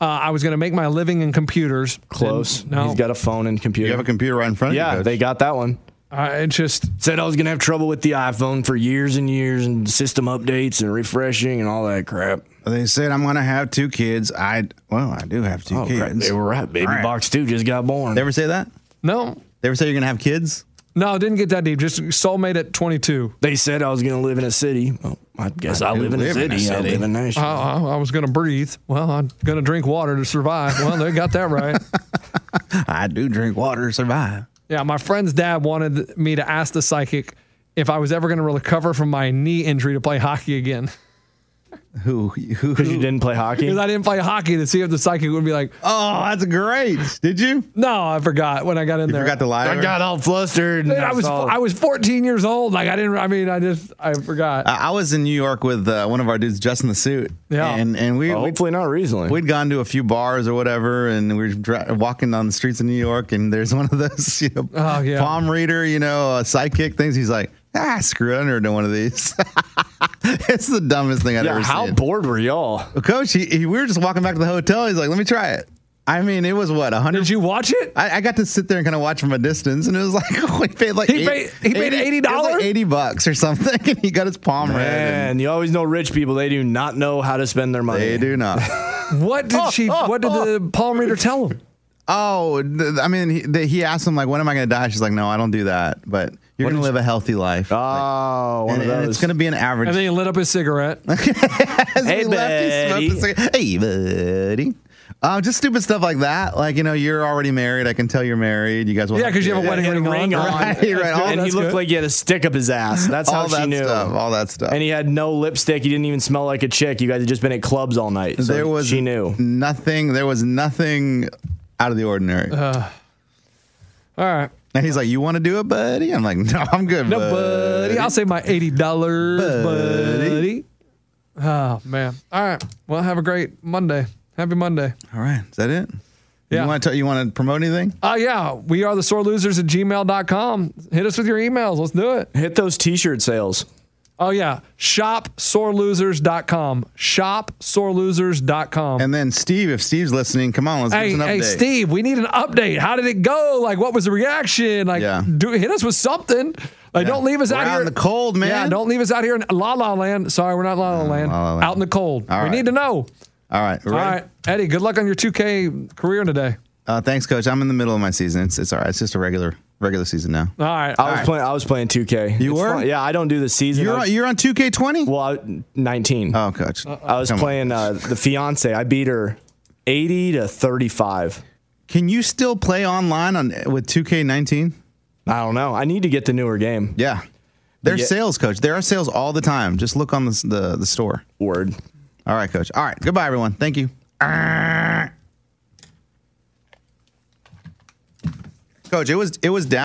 Uh, I was going to make my living in computers.
Close.
Didn't- no.
He's got a phone and computer.
You have a computer right in front of
yeah,
you. Coach.
they got that one.
I- it just
Said I was going to have trouble with the iPhone for years and years and system updates and refreshing and all that crap.
They said I'm gonna have two kids. I well, I do have two
Oh,
kids.
crap. They were right. Baby
All right.
Box 2 just got born.
They ever say that?
no,
They ever say you're gonna have kids?
no. Didn't get that deep. Just soulmate at 22.
they said I was going to live in a city. Well, I guess I, live, in a
live in
city.
a
I
city.
live in Nashville.
I, I, I was going to breathe. Well, I'm going to drink water to survive. Well, they got that right.
I do drink water to survive.
Yeah, my friend's dad wanted me to ask the psychic if I was ever going to recover from my knee injury to play hockey again.
Who? who,
Because you didn't play hockey?
Because I didn't play hockey to see if the psychic would be like,
Oh, that's great. Did you? You
No, I forgot when I got in there.
forgot to lie. to her?
all flustered.
Man, I was I was 14 years old. Like I didn't. I mean, I just I
Uh,
forgot.
Uh, I I was in New York with uh, one of our dudes, Justin the Suit.
Yeah. Oh.
And and we we-
hopefully not recently.
We'd gone to a few bars or whatever, and we were dri walking down the streets of New York, and there's one of those you know,
Oh, yeah.
palm reader, you know, uh, sidekick things. He's like, ah, screw it, I never done one of these. it's the dumbest thing I've
yeah,
ever
how
seen.
bored were y'all?
Coach, he, he, we were just walking back to the hotel. He's like, let me try it. I mean, it was what, a
Did
100?
you watch it?
I, I got to sit there and kind of watch from a distance, and it was like, we paid like
He paid- he paid
it was
$80?
like 80 bucks or something, and he got his palm read. and
Man, you always know rich people, they do not know how to spend their money.
They do not.
What did she? What did the palm reader tell him?
Oh, th- I mean, he, th- he asked him like, "When am I going to die?" She's like, "No, I don't do that, but you're going to live a healthy life,
Oh, one
and,
of
and
those.
it's going to be an average."
And then he lit up his cigarette.
As
Hey,
we left, he
buddy.
smoked a cigarette. Hey, buddy. Uh, just stupid stuff like that. Like, you know, you're already married. I can tell you're married. You guys will
Yeah, because you have a wedding
and
ring,
ring
on.
on.
Right, right. All,
and he
that's
looked
good.
like he had a stick up his ass. That's how
all
she
that
knew.
stuff. All that stuff.
And he had no lipstick. He didn't even smell like a chick. You guys had just been at clubs all night. So
there was
she knew.
nothing. There was nothing out of the ordinary.
Uh-huh. All right,
and he's like, "You want to do it, buddy?" I'm like, "No, I'm good,
no,
buddy."
buddy. I'll save my eighty dollars,
Buddy.
buddy. Oh man. All right. Well, have a great Monday. Happy Monday.
All right, is that it?
Yeah.
You want to you want to promote anything?
Oh yeah, we are the sore losers at gmail.com. Hit us with your emails. Let's do it.
Hit those t-shirt sales.
Oh yeah, shopsorelosers.com. Shopsorelosers.com.
And then Steve, if Steve's listening, come on, let's
Hey,
give us an
hey,
update.
Steve, we need an update. How did it go? Like, what was the reaction? Like,
Yeah.
do, hit us with something. Like, don't leave us
We're
out
out
here
in the cold, man.
Yeah, don't leave us out here in La La Land. Sorry, we're not La La Land.
La La Land.
Out in the cold.
All
we
right.
need to know.
All right,
All right, Eddie. Good luck on your 2K career today.
Uh, thanks, Coach. I'm in the middle of my season. It's it's all right. It's just a regular regular season now.
All right.
I was playing. I was playing 2K.
You
It's
were?
fun. Yeah, I don't do the season.
You're
I
on,
was,
you're on 2K20.
well, I, 19.
Oh, Coach.
Uh-uh.
I was
Come on.
playing uh, the fiance. I beat her 80 to 35.
Can you still play online on with 2K19?
I don't know. I need to get the newer game.
Yeah. There's
Yeah.
sales, Coach. There are sales all the time. Just look on the s- the, the store.
Word.
All right, Coach. All right. Goodbye, everyone. Thank you. Arrgh. Coach, it was it was down.